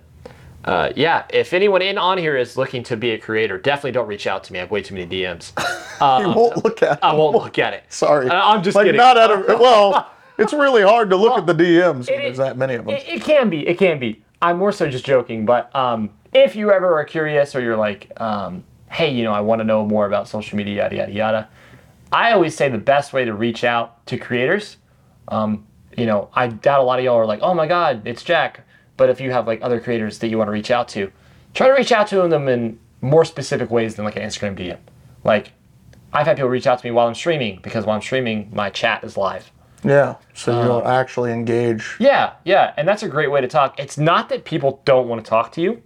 [SPEAKER 3] uh, yeah, if anyone in on here is looking to be a creator, definitely don't reach out to me. I have way too many DMs.
[SPEAKER 1] You won't look at.
[SPEAKER 3] I won't look at it.
[SPEAKER 1] Sorry.
[SPEAKER 3] I- uh, I'm just
[SPEAKER 1] like
[SPEAKER 3] kidding.
[SPEAKER 1] not out of. Well, it's really hard to look at the DMs when
[SPEAKER 3] it-
[SPEAKER 1] there's that many of them.
[SPEAKER 3] It, it can be. It can be. I'm more so just joking, but um, if you ever are curious or you're like, um, hey, you know, I want to know more about social media, yada, yada, yada, I always say the best way to reach out to creators. Um, you know, I doubt a lot of y'all are like, oh my God, it's Jack. But if you have like other creators that you want to reach out to, try to reach out to them in more specific ways than like an Instagram DM. Like, I've had people reach out to me while I'm streaming because while I'm streaming, my chat is live.
[SPEAKER 1] yeah. So you don't actually engage.
[SPEAKER 3] Yeah, yeah, and that's a great way to talk. It's not that people don't want to talk to you.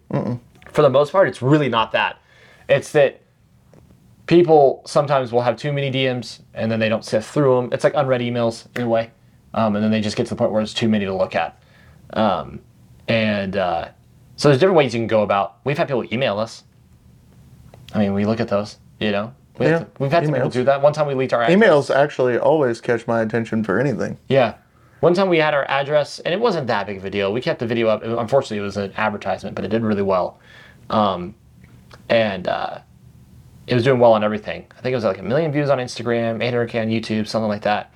[SPEAKER 3] For the most part, it's really not that. It's that
[SPEAKER 2] people sometimes will have too many DMs and then they don't sift through them. It's like unread emails in a way, um, and then they just get to the point where it's too many to look at. Um, and uh, so there's different ways you can go about. We've had people email us. I mean, we look at those. You know, we
[SPEAKER 1] Yeah,
[SPEAKER 2] have to, we've had some people
[SPEAKER 1] emails.
[SPEAKER 2] do that. One time we leaked our address.
[SPEAKER 1] Emails actually always catch my attention for anything.
[SPEAKER 2] Yeah. One time we had our address, and it wasn't that big of a deal. We kept the video up. Unfortunately, it was an advertisement, but it did really well. Um, and uh, it was doing well on everything. I think it was like a million views on Instagram, 800K on YouTube, something like that.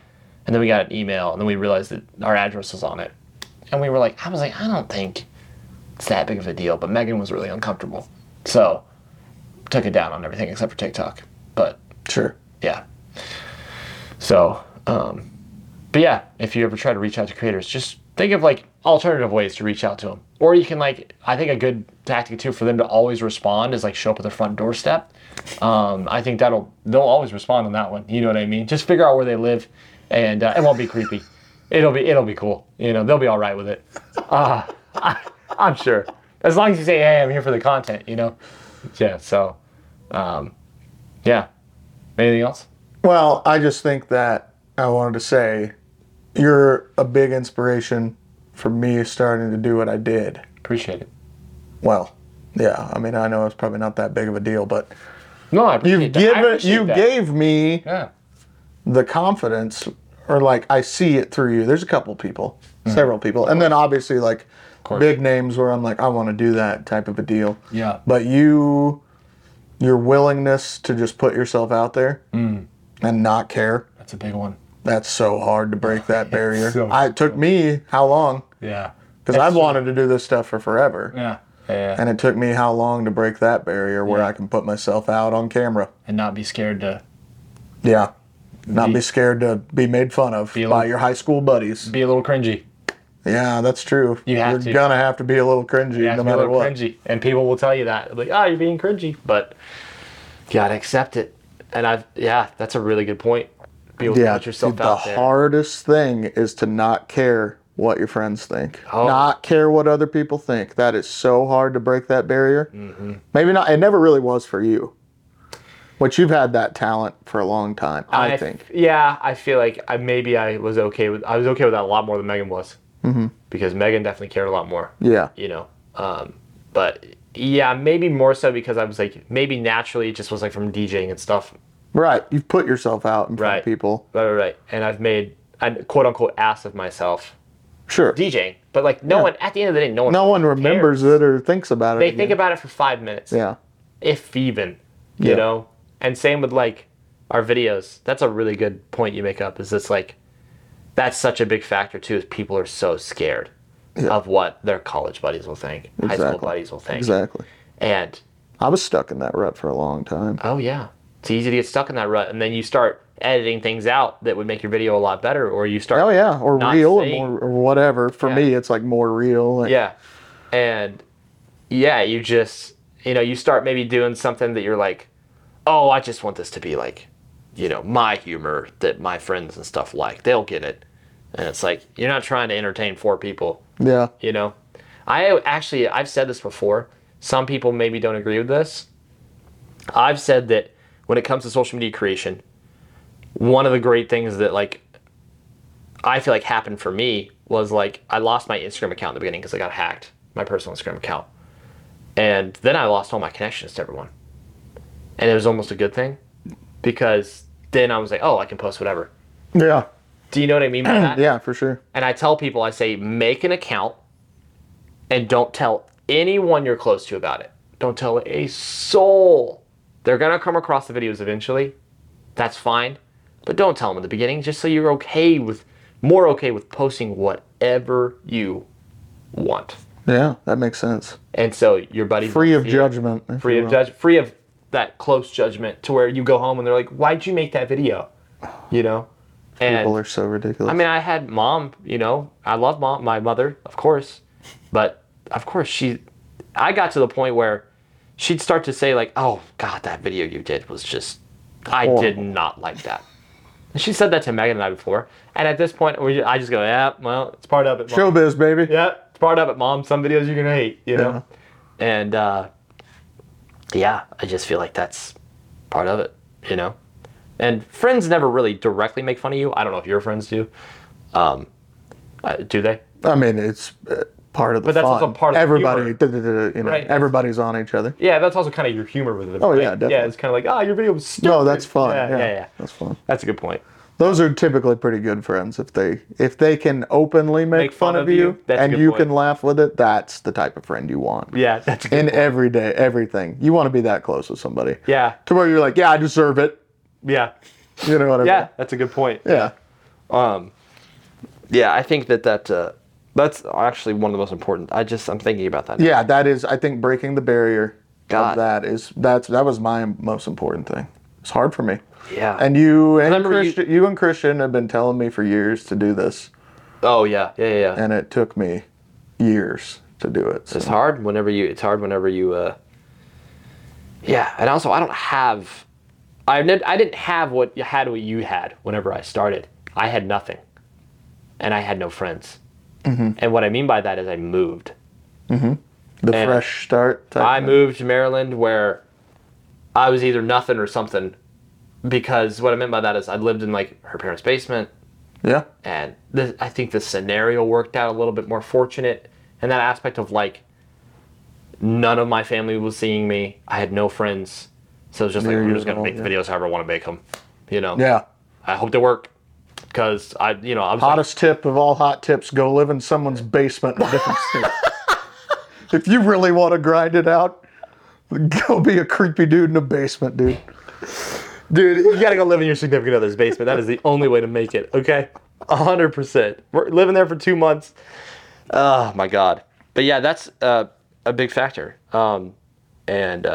[SPEAKER 2] And then we got an email, and then we realized that our address was on it. And we were like, I was like, I don't think it's that big of a deal, but Megan was really uncomfortable. So took it down on everything except for TikTok. But
[SPEAKER 1] Sure.
[SPEAKER 2] yeah. So, um, but yeah, if you ever try to reach out to creators, just think of like alternative ways to reach out to them. Or you can like, I think a good tactic too for them to always respond is like show up at their front doorstep. Um, I think that'll they'll always respond on that one. You know what I mean? Just figure out where they live, and uh, it won't be creepy. It'll be it'll be cool. You know they'll be all right with it. Uh, I, I'm sure. As long as you say, "Hey, I'm here for the content," you know. Yeah. So, um, yeah. Anything else?
[SPEAKER 1] Well, I just think that I wanted to say you're a big inspiration for me starting to do what I did.
[SPEAKER 2] Appreciate it.
[SPEAKER 1] Well, yeah, I mean, I know it's probably not that big of a deal, but
[SPEAKER 2] No, I
[SPEAKER 1] you
[SPEAKER 2] appreciate
[SPEAKER 1] have
[SPEAKER 2] that. I
[SPEAKER 1] given
[SPEAKER 2] appreciate
[SPEAKER 1] you
[SPEAKER 2] that.
[SPEAKER 1] gave me
[SPEAKER 2] Yeah.
[SPEAKER 1] the confidence or like I see it through you. There's a couple people, several people. And then obviously like
[SPEAKER 2] Mm-hmm. course.
[SPEAKER 1] big names where I'm like I want to do that type of a deal.
[SPEAKER 2] Yeah.
[SPEAKER 1] But you your willingness to just put yourself out there
[SPEAKER 2] Mm.
[SPEAKER 1] and not care.
[SPEAKER 2] That's a big one.
[SPEAKER 1] That's so hard to break that barrier.
[SPEAKER 2] so
[SPEAKER 1] I, it took me how long?
[SPEAKER 2] Yeah.
[SPEAKER 1] Because I've wanted to do this stuff for forever.
[SPEAKER 2] Yeah. Yeah.
[SPEAKER 1] And it took me how long to break that barrier where I can put myself out on camera.
[SPEAKER 2] And not be scared to
[SPEAKER 1] Yeah. Not be, scared to be made fun of
[SPEAKER 2] a
[SPEAKER 1] by
[SPEAKER 2] little-
[SPEAKER 1] your high school buddies.
[SPEAKER 2] be a little cringy.
[SPEAKER 1] Yeah, that's true.
[SPEAKER 2] You have
[SPEAKER 1] You're
[SPEAKER 2] to.
[SPEAKER 1] gonna have to be a little cringy
[SPEAKER 2] You have to be a
[SPEAKER 1] no matter
[SPEAKER 2] little
[SPEAKER 1] what.
[SPEAKER 2] cringy. And people will tell you that. Like, ah, you're being cringy. But you gotta accept it.
[SPEAKER 3] And I've yeah, that's a really good point. Be able to
[SPEAKER 1] Yeah,
[SPEAKER 3] put yourself
[SPEAKER 1] the
[SPEAKER 3] out there.
[SPEAKER 1] hardest thing is to not care what your friends think,
[SPEAKER 3] Oh.
[SPEAKER 1] not care what other people think. That is so hard to break that barrier.
[SPEAKER 2] Mm-hmm.
[SPEAKER 1] Maybe not. It never really was for you, but you've had that talent for a long time. I,
[SPEAKER 3] f-
[SPEAKER 1] think.
[SPEAKER 3] Yeah, I feel like I maybe I was okay with I was okay with that a lot more than Megan was
[SPEAKER 1] Mm-hmm.
[SPEAKER 3] because Megan definitely cared a lot more.
[SPEAKER 1] Yeah.
[SPEAKER 3] You know, um, but yeah, maybe more so because I was like maybe naturally it just was like from DJing and stuff.
[SPEAKER 1] Right. You've put yourself out in front
[SPEAKER 3] Right.
[SPEAKER 1] of people.
[SPEAKER 3] Right, right, right. And I've made an quote unquote ass of myself
[SPEAKER 1] Sure.
[SPEAKER 3] DJing, but like no one at the end of the day, no one
[SPEAKER 1] no one
[SPEAKER 3] cares.
[SPEAKER 1] remembers it or thinks about it.
[SPEAKER 3] They think
[SPEAKER 1] again.
[SPEAKER 3] about it for five minutes.
[SPEAKER 1] Yeah.
[SPEAKER 3] if even, you
[SPEAKER 1] Yeah.
[SPEAKER 3] know. And same with like our videos. That's a really good point you make up. Is it's like that's such a big factor too. Is people are so scared of what their college buddies will think, high school
[SPEAKER 1] Exactly.
[SPEAKER 3] buddies will think,
[SPEAKER 1] Exactly.
[SPEAKER 3] and
[SPEAKER 1] I was stuck in that rut for a long time.
[SPEAKER 3] oh yeah, it's easy to get stuck in that rut. And then you start editing things out that would make your video a lot better, or you start
[SPEAKER 1] Oh yeah, or
[SPEAKER 3] Not
[SPEAKER 1] real or,
[SPEAKER 3] seeing-
[SPEAKER 1] more, or whatever. For
[SPEAKER 3] Yeah.
[SPEAKER 1] me, it's like more real. Like,
[SPEAKER 3] Yeah. And yeah, you just, you know, you start maybe doing something that you're like, oh, I just want this to be like, you know, my humor that my friends and stuff like. They'll get it. And it's like, you're not trying to entertain four people,
[SPEAKER 1] yeah.
[SPEAKER 3] you know? I actually, I've said this before. Some people maybe don't agree with this. I've said that when it comes to social media creation, one of the great things that like I feel like happened for me was like I lost my Instagram account in the beginning because I got hacked, my personal Instagram account, and then I lost all my connections to everyone, and it was almost a good thing because then I was like, oh, I can post whatever.
[SPEAKER 1] Yeah.
[SPEAKER 3] Do you know what I mean by that?
[SPEAKER 1] Yeah, for sure.
[SPEAKER 3] And I tell people, I say, make an account and don't tell anyone you're close to about it. Don't tell a soul. They're going to come across the videos eventually. That's fine. But don't tell them in the beginning, just so you're okay with, more okay with posting whatever you want.
[SPEAKER 1] Yeah, that makes sense.
[SPEAKER 3] And so your buddy
[SPEAKER 1] Free of judgment. if
[SPEAKER 3] free
[SPEAKER 1] you
[SPEAKER 3] of
[SPEAKER 1] will.
[SPEAKER 3] judge, free of that close judgment to where you go home and they're like, why'd you make that video? You know? And
[SPEAKER 1] People are so ridiculous.
[SPEAKER 3] I mean, I had mom, you know, I love mom, my mother, of course, but of course she, I got to the point where she'd start to say like, oh God, that video you did was just, I did not like that. And she said that to Megan and I before. And at this point, we, I just go, yeah, well, it's part of it. Mom.
[SPEAKER 1] showbiz, baby.
[SPEAKER 3] Yeah, it's part of it, mom. Some videos you're gonna hate, you know? And uh, yeah, I just feel like that's part of it. you know? And friends never really directly make fun of you. I don't know if your friends do. Um, uh, do they?
[SPEAKER 1] I mean, it's uh, part of the
[SPEAKER 3] But that's
[SPEAKER 1] fun.
[SPEAKER 3] also part of the
[SPEAKER 1] everybody.
[SPEAKER 3] humor.
[SPEAKER 1] duh, duh, duh, duh, you know,
[SPEAKER 3] Right.
[SPEAKER 1] everybody's on each other.
[SPEAKER 3] Yeah, that's also kind of your humor with them.
[SPEAKER 1] Oh,
[SPEAKER 3] right?
[SPEAKER 1] yeah, definitely.
[SPEAKER 3] Yeah, it's kind of like, ah, your video was stupid.
[SPEAKER 1] No, that's fun.
[SPEAKER 3] Yeah,
[SPEAKER 1] Yeah,
[SPEAKER 3] yeah, yeah.
[SPEAKER 1] that's fun.
[SPEAKER 3] That's a good point.
[SPEAKER 1] Those are typically pretty good friends if they if they can openly make, fun, of you,
[SPEAKER 3] that's a
[SPEAKER 1] and
[SPEAKER 3] good
[SPEAKER 1] you
[SPEAKER 3] point.
[SPEAKER 1] can laugh with it. That's the type of friend you want.
[SPEAKER 3] Yeah, that's a good.
[SPEAKER 1] In every day, everything you want to be that close with somebody.
[SPEAKER 3] yeah,
[SPEAKER 1] To where you're like, yeah, I deserve it.
[SPEAKER 3] yeah,
[SPEAKER 1] You know what I
[SPEAKER 3] yeah. That's a good point.
[SPEAKER 1] mean? Yeah.
[SPEAKER 3] Yeah, I think that that uh, that's actually one of the most important. I just I'm thinking about that.
[SPEAKER 1] Yeah, that is. I think breaking the barrier
[SPEAKER 3] God.
[SPEAKER 1] of that is that's that was my most important thing. It's hard for me.
[SPEAKER 3] Yeah.
[SPEAKER 1] And you and
[SPEAKER 3] remember you-
[SPEAKER 1] Christian, you, and Christian have been telling me for years to do this,
[SPEAKER 3] Oh yeah, yeah, yeah. yeah.
[SPEAKER 1] and it took me years to do it. So.
[SPEAKER 3] It's hard whenever you. It's hard whenever you. Uh, yeah, and also I don't have. I didn't. I didn't have what you had. What you had whenever I started. I had nothing, and I had no friends. And what I mean by that is I moved.
[SPEAKER 1] The
[SPEAKER 3] and-
[SPEAKER 1] fresh start. Type
[SPEAKER 3] I
[SPEAKER 1] of-
[SPEAKER 3] moved to Maryland where I was either nothing or something. Because what I meant by that is I lived in like her parents' basement,
[SPEAKER 1] Yeah.
[SPEAKER 3] and this, I think the scenario worked out a little bit more fortunate in that aspect of like none of my family was seeing me. I had no friends, so it's just like
[SPEAKER 1] There
[SPEAKER 3] I'm
[SPEAKER 1] you
[SPEAKER 3] just gonna
[SPEAKER 1] go,
[SPEAKER 3] make the
[SPEAKER 1] yeah.
[SPEAKER 3] videos however I want to make them. You know.
[SPEAKER 1] Yeah.
[SPEAKER 3] I hope they work because I, you know, I was like-
[SPEAKER 1] Hottest tip of all hot tips: go live in someone's basement in a different state. if you really want to grind it out, go be a creepy dude in a basement, dude.
[SPEAKER 3] Dude, you gotta go live in your significant other's basement. That is the only way to make it. Okay, hundred percent. We're living there for two months. Oh my god. But yeah, that's uh, a big factor. Um, and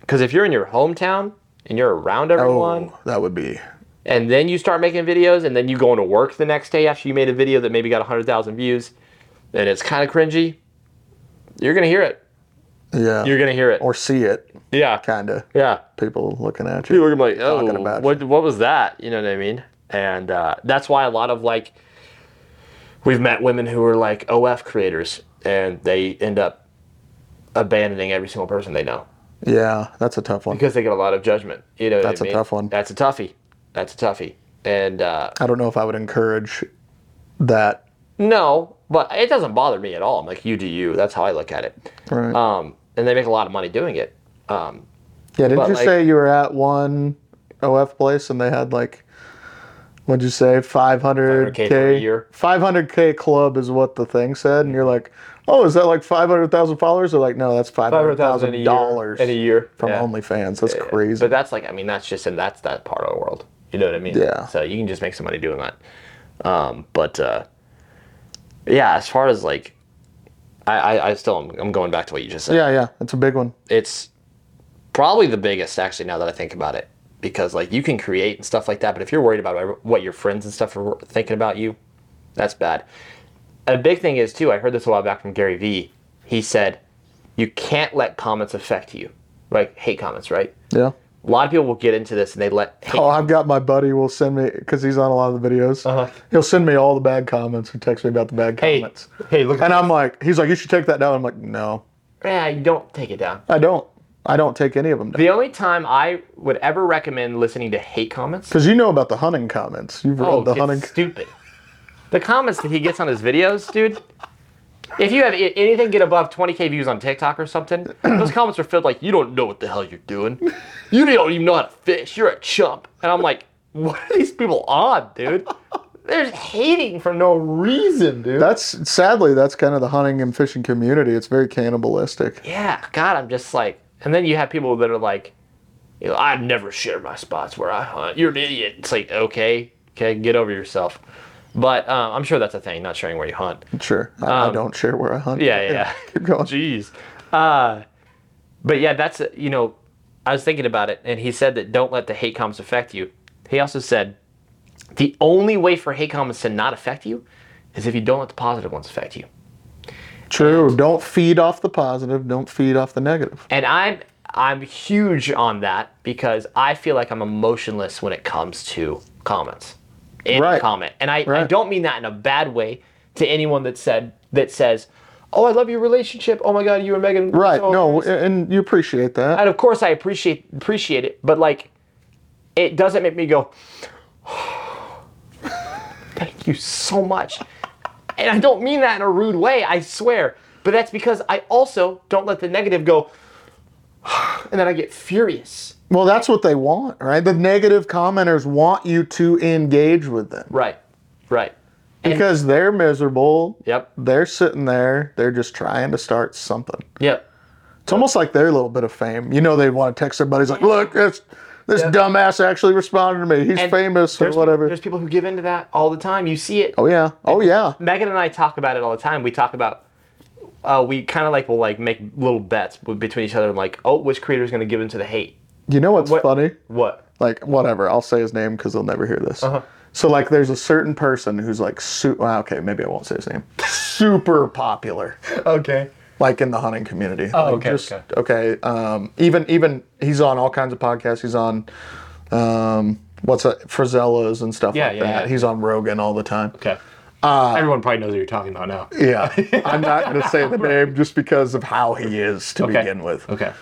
[SPEAKER 3] because if you're in your hometown and you're around everyone,
[SPEAKER 1] Oh, that would be
[SPEAKER 3] and then you start making videos, and then you go into work the next day after you made a video that maybe got hundred thousand views, and it's kind of cringy. You're gonna hear it.
[SPEAKER 1] yeah.
[SPEAKER 3] You're gonna hear it.
[SPEAKER 1] or see it,
[SPEAKER 3] yeah.
[SPEAKER 1] kind of.
[SPEAKER 3] Yeah.
[SPEAKER 1] people looking at
[SPEAKER 3] people
[SPEAKER 1] you.
[SPEAKER 3] are gonna be like, oh,
[SPEAKER 1] talking about
[SPEAKER 3] what, what was that? You know what I mean? And uh, that's why a lot of like, we've met women who are like OF creators and they end up abandoning every single person they know
[SPEAKER 1] Yeah, that's a tough one.
[SPEAKER 3] because they get a lot of judgment. You know, what I
[SPEAKER 1] That's a
[SPEAKER 3] mean?
[SPEAKER 1] tough one.
[SPEAKER 3] That's a toughie. That's a toughie. And uh,
[SPEAKER 1] I don't know if I would encourage that.
[SPEAKER 3] no, but it doesn't bother me at all. I'm like, you do you. That's how I look at it.
[SPEAKER 1] Right.
[SPEAKER 3] Um, and they make a lot of money doing it. Um,
[SPEAKER 1] yeah, didn't
[SPEAKER 3] but,
[SPEAKER 1] you
[SPEAKER 3] like-
[SPEAKER 1] say you were at one OF place and they had like, what'd you say, 500K?
[SPEAKER 3] 500K for a year.
[SPEAKER 1] 500K club is what the thing said. And you're like, oh, is that like 500,000 followers? They're like, no, that's
[SPEAKER 3] in a
[SPEAKER 1] $500,000
[SPEAKER 3] year-
[SPEAKER 1] dollars
[SPEAKER 3] in a year
[SPEAKER 1] from
[SPEAKER 3] Yeah.
[SPEAKER 1] OnlyFans. That's crazy.
[SPEAKER 3] But that's like, I mean, that's just, and that's that part of the world. You know what I mean?
[SPEAKER 1] Yeah.
[SPEAKER 3] So you can just make some money doing that. Um, but uh, yeah, as far as like, I, I, I still am, I'm going back to what you just said.
[SPEAKER 1] yeah, yeah, it's a big one.
[SPEAKER 3] It's probably the biggest, actually, now that I think about it, because like you can create and stuff like that, but if you're worried about whatever- what your friends and stuff are thinking about you, that's bad. A big thing is, too, I heard this a while back from Gary Vee. He said, you can't let comments affect you, like hate comments, right?
[SPEAKER 1] Yeah.
[SPEAKER 3] A lot of people will get into this and they let hate.
[SPEAKER 1] Oh, I've got my buddy will send me, because he's on a lot of the videos.
[SPEAKER 3] Uh-huh.
[SPEAKER 1] He'll send me all the bad comments and text me about the bad comments.
[SPEAKER 3] hey, look.
[SPEAKER 1] And I'm like, he's like, you should take that down. I'm like, no,
[SPEAKER 3] yeah, you don't take it down.
[SPEAKER 1] I don't. I don't take any of them down.
[SPEAKER 3] The only time I would ever recommend listening to hate comments.
[SPEAKER 1] Because you know about the hunting comments. You've read
[SPEAKER 3] Oh,
[SPEAKER 1] the
[SPEAKER 3] it's
[SPEAKER 1] hunting.
[SPEAKER 3] stupid. The comments that he gets on his videos, dude. If you have i- anything get above 20k views on TikTok or something, those comments are filled like you don't know what the hell you're doing. You don't even know how to fish. You're a chump. And I'm like, what are these people on, dude? They're just hating for no reason, dude.
[SPEAKER 1] That's sadly, that's kind of the hunting and fishing community. It's very cannibalistic.
[SPEAKER 3] yeah, God, I'm just like, and then you have people that are like, you know, I never share my spots where I hunt. You're an idiot. It's like, okay, okay, get over yourself. But um, I'm sure that's a thing, not sharing where you hunt.
[SPEAKER 1] Sure, I, I don't share where I hunt.
[SPEAKER 3] Um, Yeah, yeah.
[SPEAKER 1] Keep going.
[SPEAKER 3] Jeez. Uh, but yeah, that's, uh, you know, I was thinking about it, and he said that don't let the hate comments affect you. He also said the only way for hate comments to not affect you is if you don't let the positive ones affect you.
[SPEAKER 1] True. Don't feed off the positive. Don't feed off the negative.
[SPEAKER 3] and I'm I'm huge on that because I feel like I'm emotionless when it comes to comments. Any
[SPEAKER 1] Right.
[SPEAKER 3] comment, and I, I
[SPEAKER 1] Right.
[SPEAKER 3] don't mean that in a bad way to anyone that said that says, "Oh, I love your relationship. Oh my God, you and Megan."
[SPEAKER 1] Right.
[SPEAKER 3] so
[SPEAKER 1] no,
[SPEAKER 3] amazing."
[SPEAKER 1] and you appreciate that.
[SPEAKER 3] and of course I appreciate appreciate it, but like
[SPEAKER 2] it doesn't make me go, thank you so much. And I don't mean that in a rude way, I swear. But that's because I also don't let the negative go, and then I get furious.
[SPEAKER 1] Well, that's what they want, right? The negative commenters want you to engage with them
[SPEAKER 2] Right, right.
[SPEAKER 1] because they're miserable.
[SPEAKER 2] Yep,
[SPEAKER 1] They're sitting there, they're just trying to start something.
[SPEAKER 2] yep.
[SPEAKER 1] It's almost like their little bit of fame. You know, they want to text their buddies like, "Look, this this dumbass actually responded to me. He's
[SPEAKER 2] And
[SPEAKER 1] famous or
[SPEAKER 2] there's-
[SPEAKER 1] whatever."
[SPEAKER 2] There's people who give into that all the time. You see it.
[SPEAKER 1] Oh yeah, oh yeah.
[SPEAKER 2] Megan and I talk about it all the time. We talk about, uh, we kind of like will like make little bets w- between each other. I'm like, oh, which creator is going to give into the hate?
[SPEAKER 1] You know what's
[SPEAKER 2] What-
[SPEAKER 1] funny?
[SPEAKER 2] What?
[SPEAKER 1] Like whatever, I'll say his name because they'll never hear this.
[SPEAKER 2] Uh-huh.
[SPEAKER 1] So like, there's a certain person who's like, su- well, okay, maybe I won't say his name. Super popular.
[SPEAKER 2] Okay.
[SPEAKER 1] like in the hunting community. Oh,
[SPEAKER 3] okay, okay.
[SPEAKER 1] okay. Um, even even he's on all kinds of podcasts. He's on um, what's that, Frizella's and stuff
[SPEAKER 3] Yeah,
[SPEAKER 1] like
[SPEAKER 3] yeah,
[SPEAKER 1] that.
[SPEAKER 3] yeah.
[SPEAKER 1] He's on Rogan all the time.
[SPEAKER 3] Okay.
[SPEAKER 1] Uh,
[SPEAKER 3] Everyone probably knows who you're talking about now.
[SPEAKER 1] Yeah, I'm not going to say the name just because of how he is to
[SPEAKER 3] Okay.
[SPEAKER 1] begin with.
[SPEAKER 3] Okay.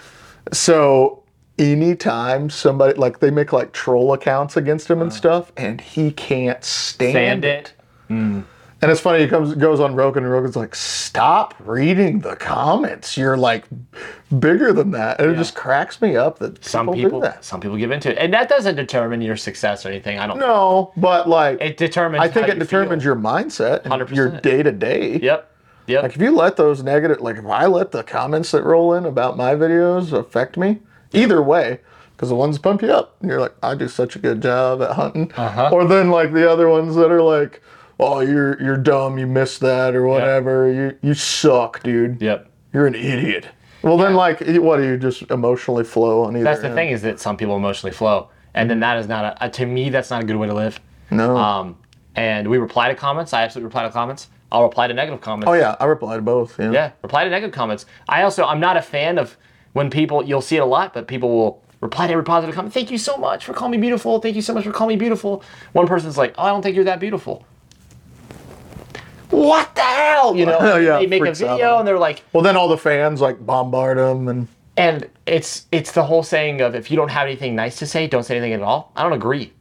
[SPEAKER 1] So anytime somebody like they make like troll accounts against him
[SPEAKER 3] Uh.
[SPEAKER 1] and stuff, and he can't stand,
[SPEAKER 3] Sand
[SPEAKER 1] it.
[SPEAKER 3] it.
[SPEAKER 1] And it's funny, he comes goes on Rogan, and Rogan's like, "Stop reading the comments. You're like bigger than that." And it just cracks me up that
[SPEAKER 3] Some
[SPEAKER 1] people,
[SPEAKER 3] people,
[SPEAKER 1] do that.
[SPEAKER 3] some people give into it, and that doesn't determine your success or anything. I don't.
[SPEAKER 1] No, but like,
[SPEAKER 3] It determines.
[SPEAKER 1] I think
[SPEAKER 3] how
[SPEAKER 1] it
[SPEAKER 3] you
[SPEAKER 1] determines
[SPEAKER 3] feel.
[SPEAKER 1] your mindset, and your
[SPEAKER 3] 100%.
[SPEAKER 1] day to day.
[SPEAKER 3] Yep. Yep.
[SPEAKER 1] Like if you let those negative, like if I let the comments that roll in about my videos affect me, either way. Because the ones pump you up, and you're like, I do such a good job at hunting.
[SPEAKER 3] Uh-huh.
[SPEAKER 1] Or then like the other ones that are like, oh, you're you're dumb, you missed that, or whatever. You you suck, dude.
[SPEAKER 3] yep.
[SPEAKER 1] You're an idiot. Well, then like, what do you just emotionally flow on either?
[SPEAKER 3] That's the
[SPEAKER 1] end?
[SPEAKER 3] thing is that some people emotionally flow, and then that is not a, a to me that's not a good way to live.
[SPEAKER 1] No.
[SPEAKER 3] Um, and we reply to comments. I absolutely reply to comments. I'll reply to negative comments.
[SPEAKER 1] oh yeah, I reply to both. Yeah.
[SPEAKER 3] Yeah, reply to negative comments. I also I'm not a fan of when people you'll see it a lot, but people will reply to every positive comment. Thank you so much for calling me beautiful. Thank you so much for calling me beautiful. One person's like, oh, I don't think you're that beautiful. What the hell? You know,
[SPEAKER 1] Yeah,
[SPEAKER 3] they make a
[SPEAKER 1] freaks out.
[SPEAKER 3] video and they're like,
[SPEAKER 1] Well, then all the fans like bombard them, and
[SPEAKER 3] and it's it's the whole saying of if you don't have anything nice to say, don't say anything at all. I don't agree.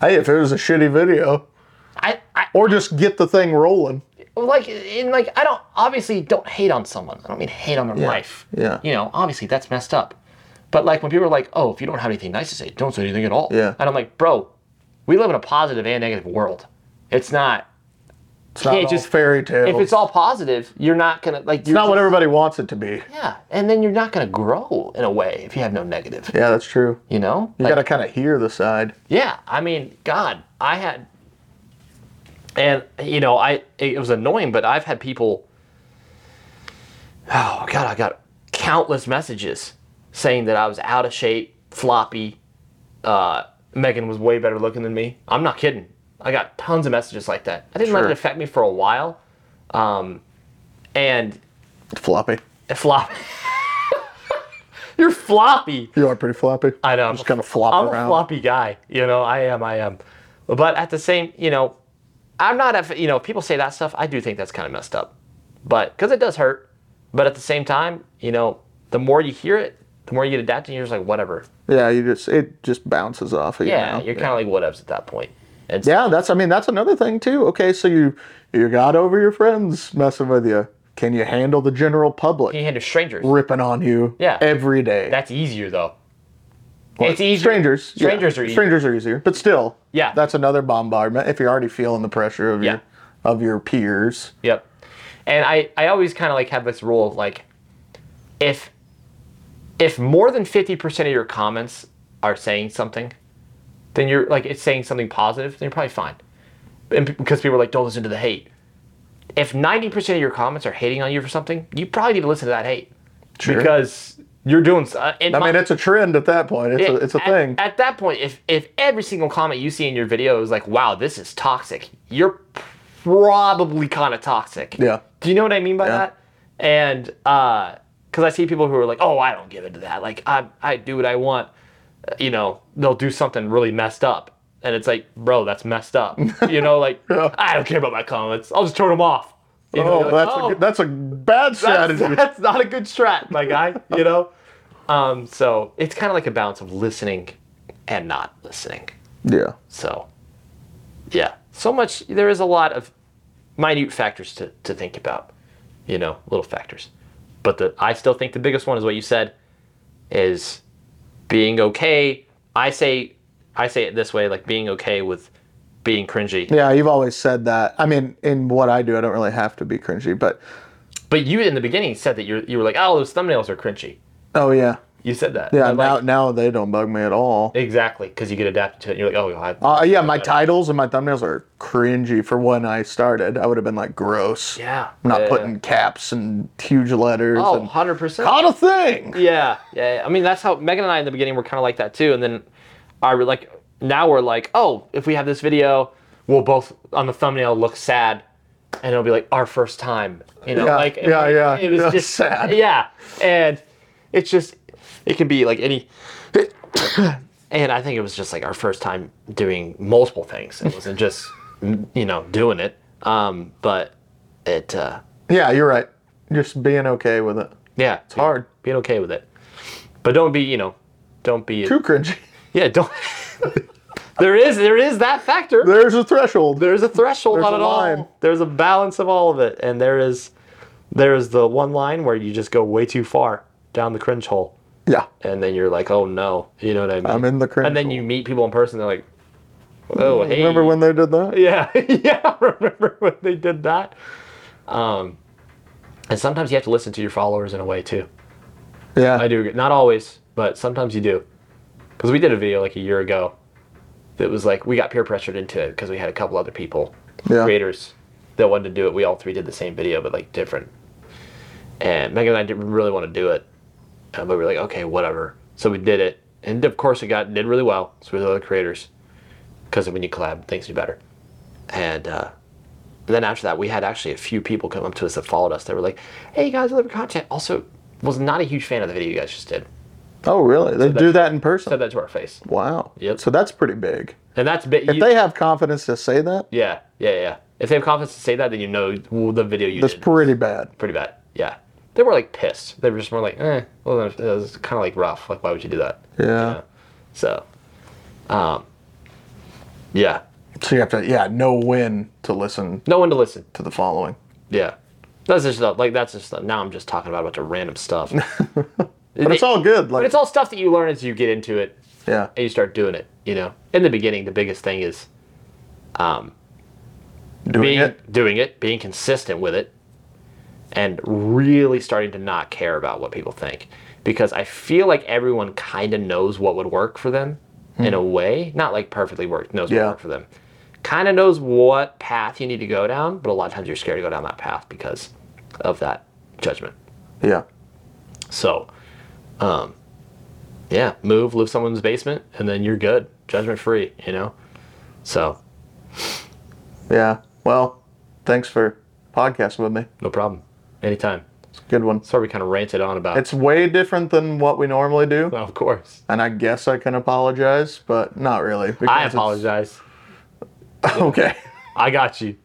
[SPEAKER 1] hey, if it was a shitty video,
[SPEAKER 3] I, I
[SPEAKER 1] or just get the thing rolling.
[SPEAKER 3] like in like I don't obviously don't hate on someone. I don't mean hate on their life.
[SPEAKER 1] yeah.
[SPEAKER 3] You know, obviously that's messed up. But like when people are like, "Oh, if you don't have anything nice to say, don't say anything at all."
[SPEAKER 1] Yeah.
[SPEAKER 3] And I'm like, "Bro, we live in a positive and negative world. It's not
[SPEAKER 1] It's not
[SPEAKER 3] Can't
[SPEAKER 1] all
[SPEAKER 3] just-
[SPEAKER 1] fairy tales.
[SPEAKER 3] if it's all positive, you're not gonna like.
[SPEAKER 1] It's
[SPEAKER 3] You're
[SPEAKER 1] not what
[SPEAKER 3] just-
[SPEAKER 1] everybody wants it to be.
[SPEAKER 3] Yeah. And then you're not gonna grow in a way if you have no negative.
[SPEAKER 1] Yeah, that's true.
[SPEAKER 3] You know.
[SPEAKER 1] You
[SPEAKER 3] Like-
[SPEAKER 1] got to kind of hear the side.
[SPEAKER 3] Yeah, I mean, God, I had, and you know, I it was annoying, but I've had people. Oh God, I got countless messages saying that I was out of shape, floppy. Uh, Megan was way better looking than me. I'm not kidding. I got tons of messages like that. I didn't let
[SPEAKER 1] Sure.
[SPEAKER 3] it affect me for a while, um, and
[SPEAKER 1] It's floppy.
[SPEAKER 3] flop. You're floppy.
[SPEAKER 1] You are pretty floppy.
[SPEAKER 3] I know.
[SPEAKER 1] Just kind of flop
[SPEAKER 3] I'm
[SPEAKER 1] around.
[SPEAKER 3] a floppy guy. You know, I am. I am. But at the same, you know, I'm not. A, you know, people say that stuff. I do think that's kind of messed up, but because it does hurt. But at the same time, you know, the more you hear it, the more you get adapted. You're just like, whatever.
[SPEAKER 1] Yeah, you just it just bounces off of
[SPEAKER 3] Yeah,
[SPEAKER 1] you. now.
[SPEAKER 3] you're kind of like whatevs at that point. And yeah.
[SPEAKER 1] Yeah, that's I mean that's another thing too. Okay, so you you got over your friends messing with you. Can you handle the general public
[SPEAKER 3] you handle strangers.
[SPEAKER 1] ripping on you
[SPEAKER 3] Yeah.
[SPEAKER 1] every day?
[SPEAKER 3] That's easier though. it's easier.
[SPEAKER 1] Strangers. yeah.
[SPEAKER 3] Strangers are easier.
[SPEAKER 1] Strangers are easier. But still,
[SPEAKER 3] Yeah.
[SPEAKER 1] That's another bombardment if you're already feeling the pressure of
[SPEAKER 3] Yeah.
[SPEAKER 1] your of your peers.
[SPEAKER 3] Yep. And I, I always kind of like have this rule of like, if, if more than 50% of your comments are saying something, then you're like, it's saying something positive, then you're probably fine. And p- because people are like, don't listen to the hate. If 90% of your comments are hating on you for something, you probably need to listen to that hate.
[SPEAKER 1] Sure.
[SPEAKER 3] Because you're doing, s- uh, in
[SPEAKER 1] I
[SPEAKER 3] my-
[SPEAKER 1] mean, it's a trend at that point. It's a,
[SPEAKER 3] it-
[SPEAKER 1] it's a
[SPEAKER 3] at,
[SPEAKER 1] thing.
[SPEAKER 3] At that point, if if every single comment you see in your video is like, "Wow, this is toxic," you're probably kind of toxic.
[SPEAKER 1] Yeah.
[SPEAKER 3] Do you know what I mean by
[SPEAKER 1] Yeah.
[SPEAKER 3] that? And uh, because I see people who are like, "Oh, I don't give into that. Like, I I do what I want." Uh, You know, they'll do something really messed up. And it's like, bro, that's messed up. You know, like, I don't care about my comments. I'll just turn them off. You know,
[SPEAKER 1] oh,
[SPEAKER 3] you're like,
[SPEAKER 1] that's
[SPEAKER 3] "Oh."
[SPEAKER 1] a, that's a bad
[SPEAKER 3] that's,
[SPEAKER 1] strategy.
[SPEAKER 3] that's not a good strat, my guy. You know, um, so it's kind of like a balance of listening and not listening.
[SPEAKER 1] Yeah.
[SPEAKER 3] So, yeah, so much. There is a lot of minute factors to, to think about, you know, little factors. But the I still think the biggest one is what you said, is being okay. I say I say it this way, like being okay with being cringy.
[SPEAKER 1] Yeah, you've always said that. I mean, in what I do, I don't really have to be cringy, but
[SPEAKER 3] But you in the beginning said that you you were like, oh, those thumbnails are cringy.
[SPEAKER 1] oh yeah,
[SPEAKER 3] You said that.
[SPEAKER 1] yeah.
[SPEAKER 3] I'm
[SPEAKER 1] now
[SPEAKER 3] like,
[SPEAKER 1] now they don't bug me at all.
[SPEAKER 3] exactly because you get adapted to it. And you're like, oh, I,
[SPEAKER 1] Uh, yeah, my titles and my thumbnails are cringy. For when I started, I would have been like gross.
[SPEAKER 3] yeah,
[SPEAKER 1] I'm not
[SPEAKER 3] yeah,
[SPEAKER 1] putting caps and huge letters.
[SPEAKER 3] Oh,
[SPEAKER 1] and
[SPEAKER 3] 100 percent.
[SPEAKER 1] not a thing.
[SPEAKER 3] Yeah, yeah. yeah. I mean, that's how Megan and I in the beginning were kind of like that too, and then I re- like now we're like, oh, if we have this video, we'll both on the thumbnail look sad, and it'll be like our first time, you know?
[SPEAKER 1] Yeah,
[SPEAKER 3] like
[SPEAKER 1] yeah,
[SPEAKER 3] like,
[SPEAKER 1] yeah.
[SPEAKER 3] It was
[SPEAKER 1] Yeah,
[SPEAKER 3] just
[SPEAKER 1] sad.
[SPEAKER 3] Yeah, and it's just it can be like any. And I think it was just like our first time doing multiple things. It wasn't just you know doing it, um, but it uh,
[SPEAKER 1] Yeah, you're right. Just being okay with it.
[SPEAKER 3] yeah, it's
[SPEAKER 1] Hard.
[SPEAKER 3] being okay with it. But don't be, you know, don't be
[SPEAKER 1] Too cringy.
[SPEAKER 3] yeah, don't. there is there is that factor.
[SPEAKER 1] There's a threshold.
[SPEAKER 3] There's a threshold
[SPEAKER 1] There's
[SPEAKER 3] on
[SPEAKER 1] a
[SPEAKER 3] it
[SPEAKER 1] line.
[SPEAKER 3] all. There's a balance of all of it, and there is there is the one line where you just go way too far down the cringe hole,
[SPEAKER 1] yeah,
[SPEAKER 3] and then you're like, oh no, you know what I mean?
[SPEAKER 1] I'm in the cringe.
[SPEAKER 3] and then you meet people in person, they're like, oh hey,
[SPEAKER 1] remember when they did that?
[SPEAKER 3] yeah, yeah, I remember when they did that? Um, and sometimes you have to listen to your followers in a way too.
[SPEAKER 1] Yeah,
[SPEAKER 3] I do. agree. Not always, but sometimes you do. Because we did a video like a year ago that was like, we got peer pressured into it because we had a couple other people,
[SPEAKER 1] Yeah.
[SPEAKER 3] creators, that wanted to do it. We all three did the same video, but like different. And Megan and I didn't really want to do it. uh, but we were like, okay, whatever. So we did it. And of course, it got did really well. So we were the other creators. Because when you collab, things do better. And, uh, then after that, we had actually a few people come up to us that followed us. They were like, "Hey, you guys, I love your content." Also, was not a huge fan of the video you guys just did.
[SPEAKER 1] Oh, really? They do that in person.
[SPEAKER 3] Said that to our face,
[SPEAKER 1] wow.
[SPEAKER 3] Yep.
[SPEAKER 1] So that's pretty big.
[SPEAKER 3] and that's bit.
[SPEAKER 1] If they have confidence to say that,
[SPEAKER 3] yeah, yeah, yeah. If they have confidence to say that, then you know the video you
[SPEAKER 1] that's
[SPEAKER 3] did
[SPEAKER 1] pretty bad.
[SPEAKER 3] pretty bad. Yeah, they were like pissed. They were just more like, "Eh, well, it was kind of like rough. Like, why would you do that?"
[SPEAKER 1] Yeah.
[SPEAKER 3] You know? So, um, yeah,
[SPEAKER 1] So you have to, yeah, know when to listen
[SPEAKER 3] no one to listen.
[SPEAKER 1] to the following.
[SPEAKER 3] Yeah, that's just stuff. Like that's just stuff. Now I'm just talking about a bunch of random stuff.
[SPEAKER 1] But it's all good. Like,
[SPEAKER 3] But it's all stuff that you learn as you get into it
[SPEAKER 1] yeah,
[SPEAKER 3] and you start doing it. You know, in the beginning, the biggest thing is um,
[SPEAKER 1] doing
[SPEAKER 3] being
[SPEAKER 1] it.
[SPEAKER 3] doing it, being consistent with it, and really starting to not care about what people think. Because I feel like everyone kind of knows what would work for them in a way, not like perfectly worked knows what
[SPEAKER 1] Hmm. Yeah.
[SPEAKER 3] would work for them. Kind of knows what path you need to go down, but a lot of times you're scared to go down that path because of that judgment.
[SPEAKER 1] Yeah.
[SPEAKER 3] So, um, yeah, move, live someone's basement, and then you're good, judgment free, you know. So,
[SPEAKER 1] Yeah. Well, thanks for podcasting with me.
[SPEAKER 3] no problem, anytime.
[SPEAKER 1] It's a good one.
[SPEAKER 3] Sorry, we kind of ranted on about.
[SPEAKER 1] It's way different than what we normally do.
[SPEAKER 3] of course.
[SPEAKER 1] And I guess I can apologize, but not really.
[SPEAKER 3] I
[SPEAKER 1] because it's-
[SPEAKER 3] apologize.
[SPEAKER 1] Okay.
[SPEAKER 3] I got you.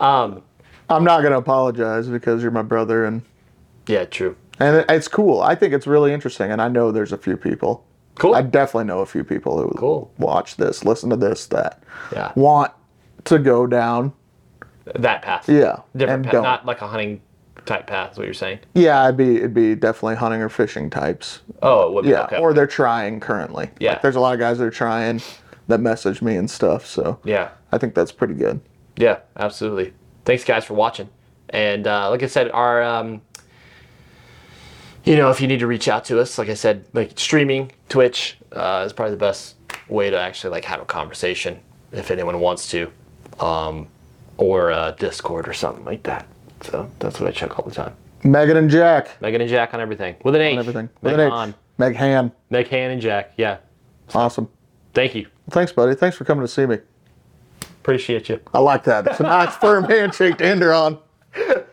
[SPEAKER 3] Um,
[SPEAKER 1] I'm not going to apologize because you're my brother and
[SPEAKER 3] yeah, true.
[SPEAKER 1] and it- it's cool. I think it's really interesting and I know there's a few people.
[SPEAKER 3] Cool.
[SPEAKER 1] I definitely know a few people who
[SPEAKER 3] Cool.
[SPEAKER 1] watch this, listen to this, that
[SPEAKER 3] yeah,
[SPEAKER 1] want to go down.
[SPEAKER 3] that path.
[SPEAKER 1] Yeah. and
[SPEAKER 3] different path,
[SPEAKER 1] don't.
[SPEAKER 3] not like a hunting type path. Is what you're saying?
[SPEAKER 1] yeah, it'd be it'd be definitely hunting or fishing types.
[SPEAKER 3] Oh, it would be,
[SPEAKER 1] Yeah.
[SPEAKER 3] okay.
[SPEAKER 1] Or they're trying currently.
[SPEAKER 3] Yeah.
[SPEAKER 1] Like, there's a lot of guys that are trying that message me and stuff, so
[SPEAKER 3] yeah,
[SPEAKER 1] I think that's pretty good.
[SPEAKER 3] Yeah, absolutely. Thanks, guys, for watching. And uh, like I said, our, um, you know, if you need to reach out to us, like I said, like streaming, Twitch uh, is probably the best way to actually like have a conversation if anyone wants to, um, or uh, Discord or something like that. So that's what I check all the time.
[SPEAKER 1] Megan and Jack.
[SPEAKER 3] Megan and Jack on everything with an H.
[SPEAKER 1] and everything.
[SPEAKER 3] Meg
[SPEAKER 1] With an H.
[SPEAKER 3] Han.
[SPEAKER 1] Meg Han.
[SPEAKER 3] Meg Han and Jack. Yeah.
[SPEAKER 1] Awesome.
[SPEAKER 3] Thank you.
[SPEAKER 1] Thanks, buddy. Thanks for coming to see me.
[SPEAKER 3] Appreciate you.
[SPEAKER 1] I like that. It's a nice firm handshake to end her on.